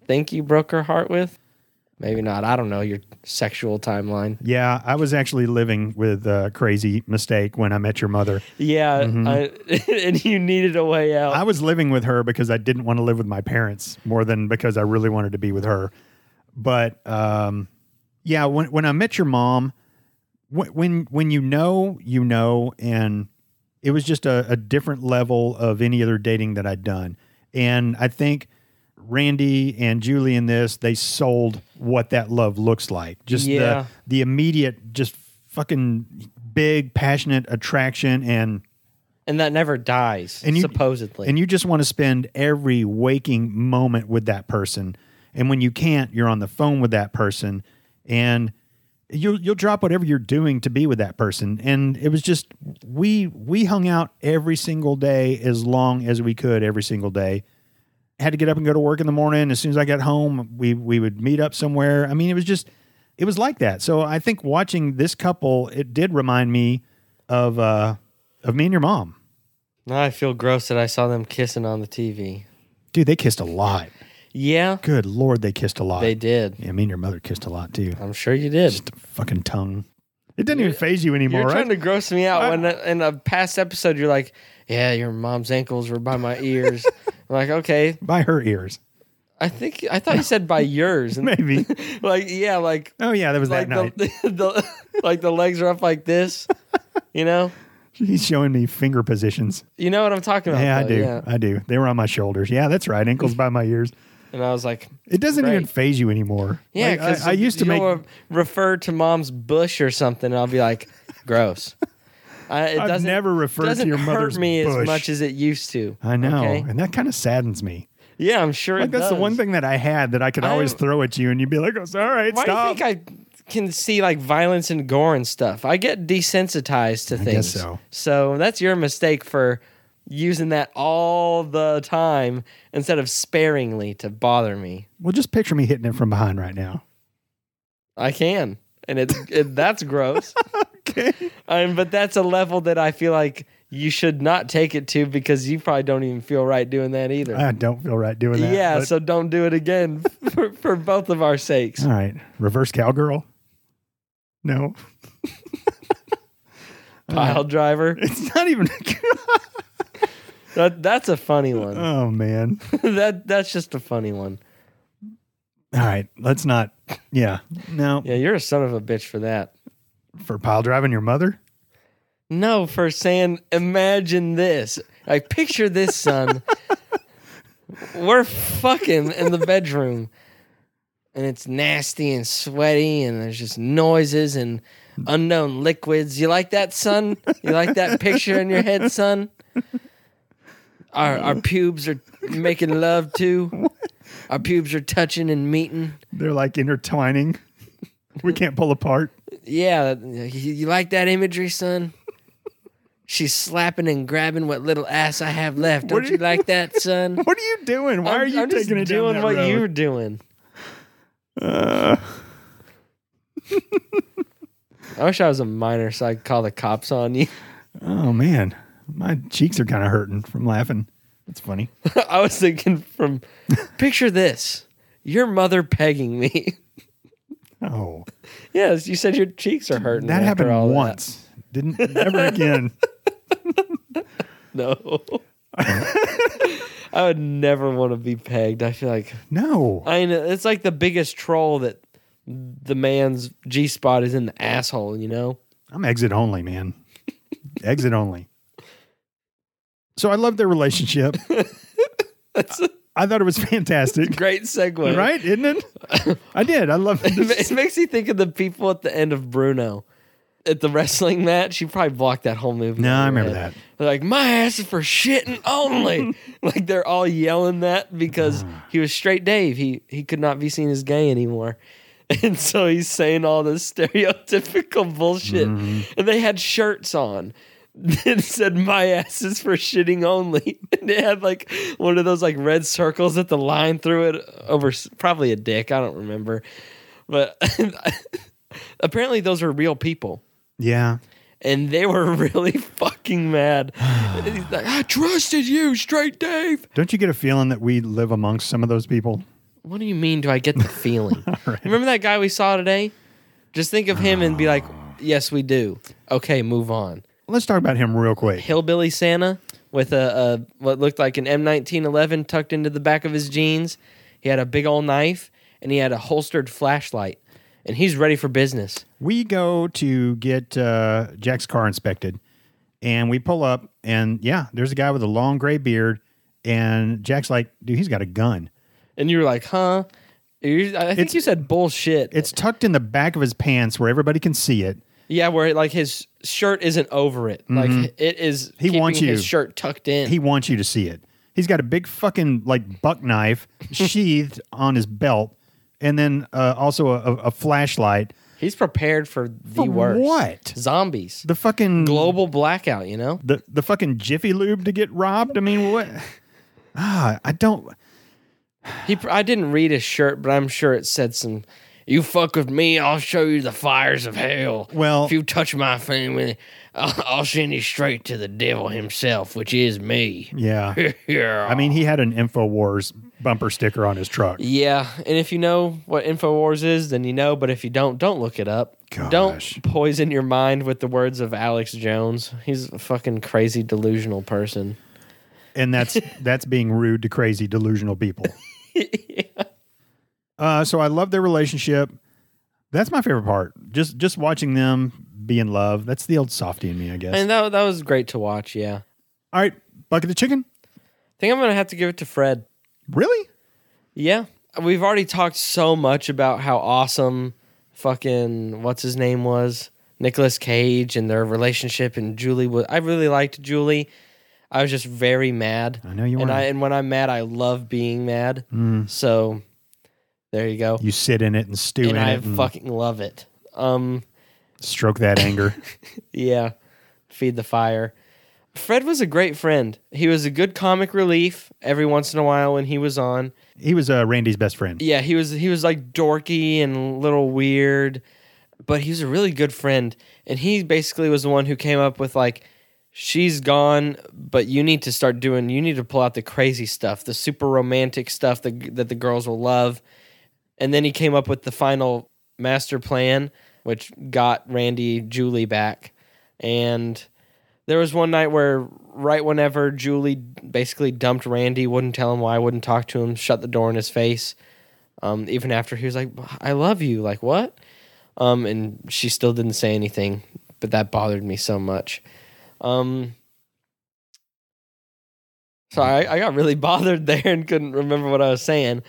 think you broke her heart with. Maybe not. I don't know your sexual timeline. yeah, I was actually living with a crazy mistake when I met your mother. Yeah, I, and you needed a way out. Mm-hmm. I was living with her because I didn't want to live with my parents more than because I really wanted to be with her. But um, yeah, when when I met your mom, wh- when when you know, you know, and it was just a, a different level of any other dating that I'd done. And I think Randy and Julie in this, they sold what that love looks like. Just Yeah. the the immediate, just fucking big, passionate attraction and and that never dies, And you- supposedly. and you just want to spend every waking moment with that person. And when you can't, you're on the phone with that person, and you'll you'll drop whatever you're doing to be with that person. And it was just we we hung out every single day as long as we could every single day. Had to get up and go to work in the morning. As soon as I got home, we we would meet up somewhere. I mean, it was just it was like that. So I think watching this couple, it did remind me of uh of me and your mom. now I feel gross that I saw them kissing on the TV. Dude, they kissed a lot. Yeah, Good lord, they kissed a lot. they did. yeah, me and your mother kissed a lot too. I'm sure you did. Just a fucking tongue. It didn't even phase you anymore, You're right? trying to gross me out I- when uh, in a past episode you're like, "Yeah, your mom's ankles were by my ears." I'm like, "Okay, By her ears, I think I thought you said by yours." And maybe. like, yeah, like oh yeah, that was like that night. the, the like the legs are up like this, you know? He's showing me finger positions. You know what I'm talking about? yeah, I though, do. I do. They were on my shoulders. Yeah, that's right. Ankles by my ears. And I was like, It doesn't even Right. phase you anymore. yeah, Like, I- because I, used to make. refer to mom's bush or something, and I'll be like, gross. I, it I've doesn't, never referred to doesn't your hurt mother's me bush. as much as it used to. I know, okay? and that kind of saddens me. Yeah, I'm sure. Like it that's the does. one thing that I had that I could I- always throw at you, and you'd be like, "Oh, "All right, Why stop." do you think I can see like violence and gore and stuff? I get desensitized to guess things. so. So that's your mistake for using that all the time instead of sparingly to bother me. well, just picture me hitting it from behind right now. I can, and it's it, that's gross. Okay. Um, but that's a level that I feel like you should not take it to because you probably don't even feel right doing that either. I don't feel right doing that. yeah, but- so don't do it again for, for both of our sakes. All right. Reverse cowgirl? No. Pile driver. It's not even. That, that's a funny one. oh, man. that that's just a funny one. All right. Let's not. Yeah. No. Yeah, you're a son of a bitch for that. For pile driving your mother? No, for saying, imagine this. Like, picture this, son. We're fucking in the bedroom. And it's nasty and sweaty, and there's just noises and unknown liquids. You like that, son? You like that picture in your head, son? Our, our pubes are making love too. Our pubes are touching and meeting. They're like intertwining. We can't pull apart. Yeah, you, you like that imagery, son? She's slapping and grabbing what little ass I have left. What Don't are you you- like that, son? What are you doing? Why I'm- are you I'm just taking it doing down that what road? you're doing? Uh, I wish I was a minor so I could call the cops on you. oh, man. My cheeks are kind of hurting from laughing. That's funny. I was thinking from picture this. Your mother pegging me. Oh, yes, you said your cheeks are hurting. that after happened all that. once. Didn't ever again. No. I would never want to be pegged. I feel like No. I know it's like the biggest troll that the man's G spot is in the asshole, you know? I'm exit only, man. exit only. So I love their relationship. That's a I thought it was fantastic. great segue. right? Isn't it? I did. I love It ma- it it. makes me think of the people at the end of Bruno. At the wrestling match, she probably blocked that whole movie. No, out of I her remember head. that. They're like, my ass is for shitting only. like they're all yelling that Uh-huh. because he was straight Dave. He he could not be seen as gay anymore. And so he's saying all this stereotypical bullshit. Mm-hmm. And they had shirts on that said my ass is for shitting only. And they had like one of those like red circles that the line through it over s- probably a dick. I don't remember. But apparently those were real people Yeah. and they were really fucking mad. And he's like, I trusted you, straight Dave. Don't you get a feeling that we live amongst some of those people? What do you mean? Do I get the feeling? Remember that guy we saw today? Just think of him and be like, yes, we do. Okay, move on. Let's talk about him real quick. Hillbilly Santa with a, a what looked like an M1911 tucked into the back of his jeans. He had a big old knife and he had a holstered flashlight. And he's ready for business. We go to get uh, Jack's car inspected, and we pull up, and yeah, there's a guy with a long gray beard, and Jack's like, dude, he's got a gun. And you were like, huh? You- I think It's- you said bullshit. It's tucked in the back of his pants where everybody can see it. Yeah, where like his shirt isn't over it. Like it is. Mm-hmm. He keeping wants you. His shirt tucked in. He wants you to see it. He's got a big fucking like buck knife sheathed on his belt, and then uh, also a, a flashlight. He's prepared for the For worst. what? Zombies. The fucking Global blackout. You know. the the fucking Jiffy Lube to get robbed. I mean, what? Ah, I don't. He. pr- I didn't read his shirt, but I'm sure it said some. You fuck with me, I'll show you the fires of hell. Well- if you touch my family, I'll, I'll send you straight to the devil himself, which is me. Yeah. yeah. I mean, he had an InfoWars bumper sticker on his truck. Yeah, and if you know what InfoWars is, then you know, but if you don't, don't look it up. Gosh. Don't poison your mind with the words of Alex Jones. He's a fucking crazy delusional person. And that's that's being rude to crazy delusional people. uh, so I love their relationship. That's my favorite part. Just just watching them be in love. That's the old softy in me, I guess. And that that was great to watch, yeah. I All right, bucket of chicken. think I'm going to have to give it to Fred. Really? Yeah. We've already talked so much about how awesome fucking what's his name was, Nicolas Cage and their relationship and Julie was I really liked Julie. I was just very mad. I know you and were. I and when I'm mad, I love being mad. So there you go. Mm, You sit in it and stew in and I it Mm. and fucking love it. Um, stroke that anger. yeah, feed the fire. Fred was a great friend. He was a good comic relief every once in a while when he was on. he was uh, Randy's best friend. Yeah, he was he was like dorky and a little weird, but he was a really good friend. And he basically was the one who came up with like, she's gone, but you need to start doing. You need to pull out the crazy stuff, the super romantic stuff that that the girls will love. And then he came up with the final master plan, which got Randy Julie back. And there was one night where right whenever Julie basically dumped Randy, wouldn't tell him why, wouldn't talk to him, shut the door in his face. Um, even after he was like, "I love you," like what? Um, and she still didn't say anything, but that bothered me so much. Um, so I, I got really bothered there and couldn't remember what I was saying.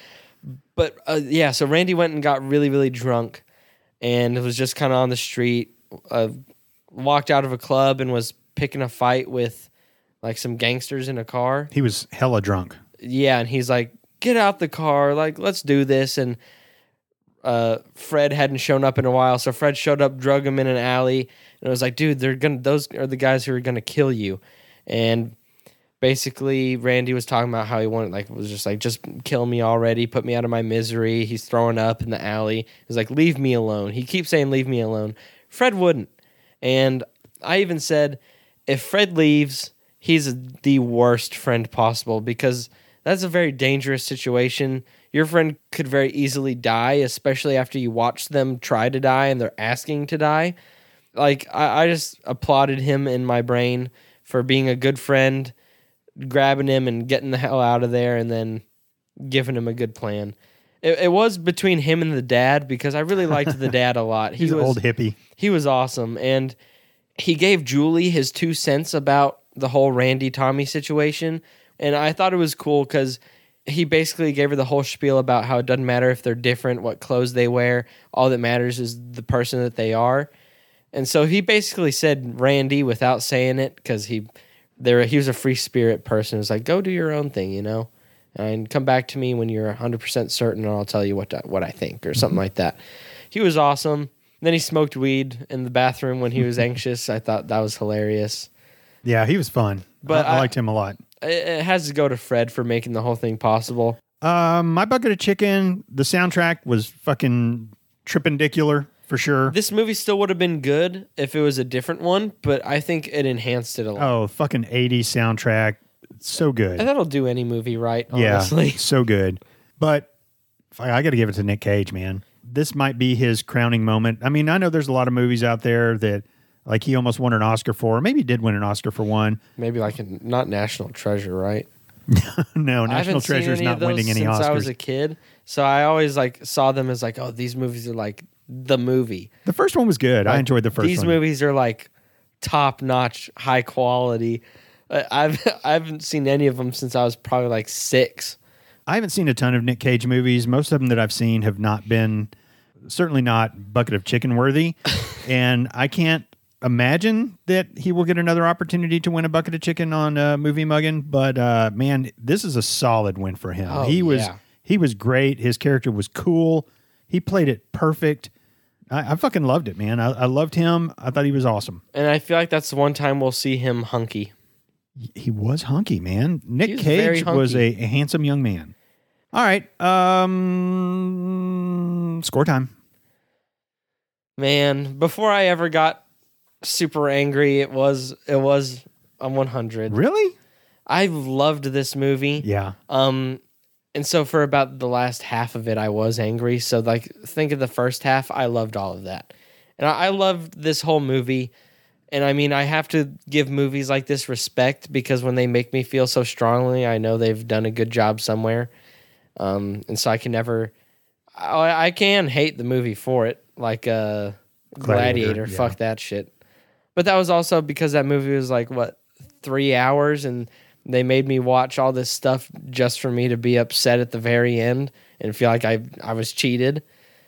But uh, yeah, so Randy went and got really, really drunk, and was just kind of on the street. Uh, walked out of a club and was picking a fight with like some gangsters in a car. He was hella drunk. Yeah, and he's like, "Get out the car, like let's do this." And uh, Fred hadn't shown up in a while, so Fred showed up, drug him in an alley, and it was like, "Dude, they're gonna those are the guys who are gonna kill you." And basically, Randy was talking about how he wanted like was just like, "Just kill me already, put me out of my misery." He's throwing up in the alley. He's like, "Leave me alone." He keeps saying, "Leave me alone." Fred wouldn't, and I even said, if Fred leaves, he's the worst friend possible because that's a very dangerous situation. Your friend could very easily die, especially after you watch them try to die and they're asking to die. Like, I, I just applauded him in my brain for being a good friend, grabbing him and getting the hell out of there, and then giving him a good plan. It, it was between him and the dad because I really liked the dad a lot. He He's an was old hippie. he was awesome, and he gave Julie his two cents about the whole Randy Tommy situation, and I thought it was cool because he basically gave her the whole spiel about how it doesn't matter if they're different, what clothes they wear, all that matters is the person that they are. And so he basically said Randy without saying it because he there he was a free spirit person. It was like, go do your own thing, you know, and come back to me when you're 100% certain and I'll tell you what, to- what I think or Mm-hmm. something like that. He was awesome. Then he smoked weed in the bathroom when he was anxious. I thought that was hilarious. Yeah, he was fun. But I, I I- liked him a lot. It, it has to go to Fred for making the whole thing possible. Um, my bucket of chicken. The soundtrack was fucking tripendicular for sure. This movie still would have been good if it was a different one, but I think it enhanced it a lot. oh, fucking 80s soundtrack. So good. And that'll do any movie right, honestly. Yeah, so good. But fuck, I got to give it to Nick Cage, man. This might be his crowning moment. I mean, I know there's a lot of movies out there that like he almost won an Oscar for, or maybe he did win an Oscar for one. Maybe like a, not National Treasure, right? no, National I haven't seen Treasure is any of not winning those any since Oscars. I was a kid, so I always like saw them as like, oh, these movies are like the movie. the first one was good. I Like, enjoyed the first These one. movies are like top notch, high quality. I- I've I haven't seen any of them since I was probably like six. I haven't seen a ton of Nick Cage movies. Most of them that I've seen have not been, certainly not bucket of chicken worthy. and I can't imagine that he will get another opportunity to win a bucket of chicken on uh, movie mugging. But uh, man, this is a solid win for him. Oh, he was yeah. he was great. His character was cool. He played it perfect. I, I fucking loved it, man. I, I loved him. I thought he was awesome. And I feel like that's the one time we'll see him hunky. He was hunky, man. Nick He was very Cage was a, a hunky. handsome young man. All right. Um score time. Man, before I ever got super angry, it was it was a 100. Really? I loved this movie. Yeah. Um, and so for about the last half of it, I was angry. So like, think of the first half. I loved all of that, and I, I loved this whole movie. And I mean, I have to give movies like this respect because when they make me feel so strongly, I know they've done a good job somewhere. Um, and so I can never, I, I can hate the movie for it, like uh, Gladiator. Gladiator, yeah. Fuck that shit. But that was also because that movie was like what three hours, and they made me watch all this stuff just for me to be upset at the very end and feel like I I was cheated.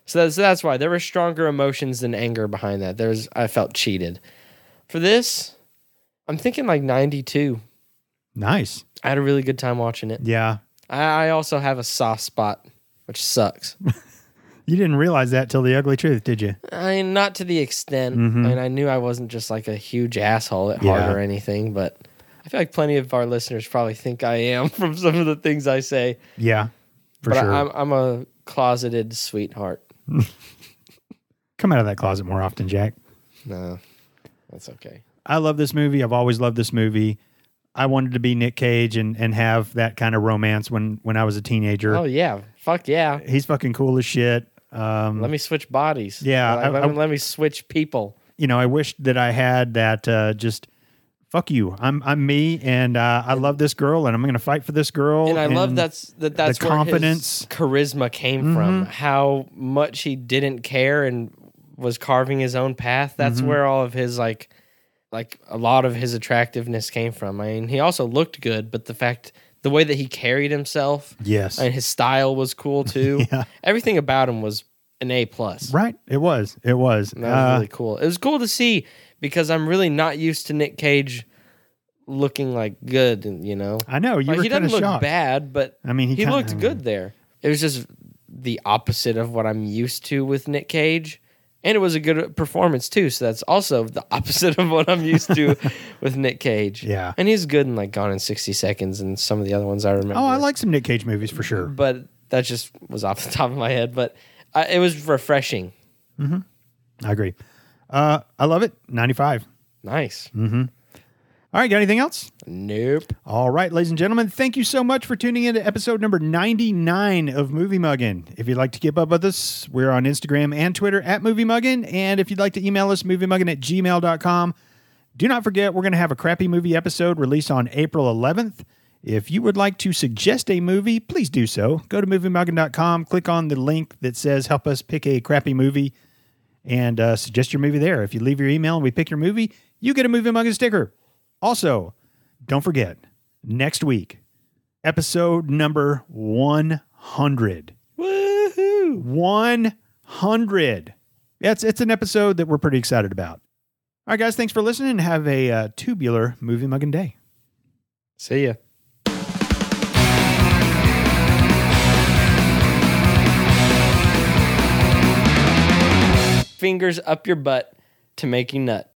So that's that's why there were stronger emotions than anger behind that. There's I felt cheated. For this, I'm thinking like 92. Nice. I had a really good time watching it. Yeah. I, I also have a soft spot, which sucks. You didn't realize that till the ugly truth, did you? I mean, not to the extent. Mhm. I mean, I knew I wasn't just like a huge asshole at Yeah. heart or anything, but I feel like plenty of our listeners probably think I am from some of the things I say. Yeah. For but sure. I, I'm, I'm a closeted sweetheart. Come out of that closet more often, Jack. No, that's okay. I love this movie. I've always loved this movie. I wanted to be Nick Cage and, and have that kind of romance when, when I was a teenager. Oh, yeah. Fuck yeah. He's fucking cool as shit. Um, Let me switch bodies. Yeah, Like, I- let, I- me, let me switch people. you know, I wish that I had that uh, just fuck you. I'm I'm me, and uh, I love this girl, and I'm going to fight for this girl. And I love that's that that's where confidence. Mm-hmm. his charisma came from. How much he didn't care and was carving his own path. That's Mm-hmm. where all of his like like a lot of his attractiveness came from. I mean, he also looked good, but the fact the way that he carried himself Yes, and his style was cool too. Yeah. Everything about him was an A plus. right. It was. It was. And That was Uh, really cool. It was cool to see because I'm really not used to Nick Cage looking like good, and you know, I know you like, were he kind doesn't of look shocked. bad, but I mean, he he, kinda- looked good there. It was just the opposite of what I'm used to with Nick Cage, and it was a good performance too. So that's also the opposite of what I'm used to with Nick Cage. Yeah. and he's good in like Gone in 60 Seconds and some of the other ones I remember Oh, I like some Nick Cage movies for sure. but that just was off the top of my head. But I, it was refreshing. I agree. Uh, I love it. Ninety five. Nice. Mm. All right, got anything else? Nope. All right, ladies and gentlemen, thank you so much for tuning in to episode number 99 of Movie Muggin. If you'd like to keep up with us, we're on Instagram and Twitter at Movie Muggin. And if you'd like to email us, moviemuggin at gmail.com. Do not forget, we're going to have a crappy movie episode released on April 11th. If you would like to suggest a movie, please do so. Go to moviemuggin.com, click on the link that says help us pick a crappy movie, and uh, suggest your movie there. If you leave your email and we pick your movie, you get a Movie Muggin sticker. Also, don't forget, next week, episode number 100. Woohoo! 100. That's it's an episode that we're pretty excited about. All right, guys, thanks for listening. and Have a uh, tubular movie mugging day. See ya. Fingers up your butt to make you nut.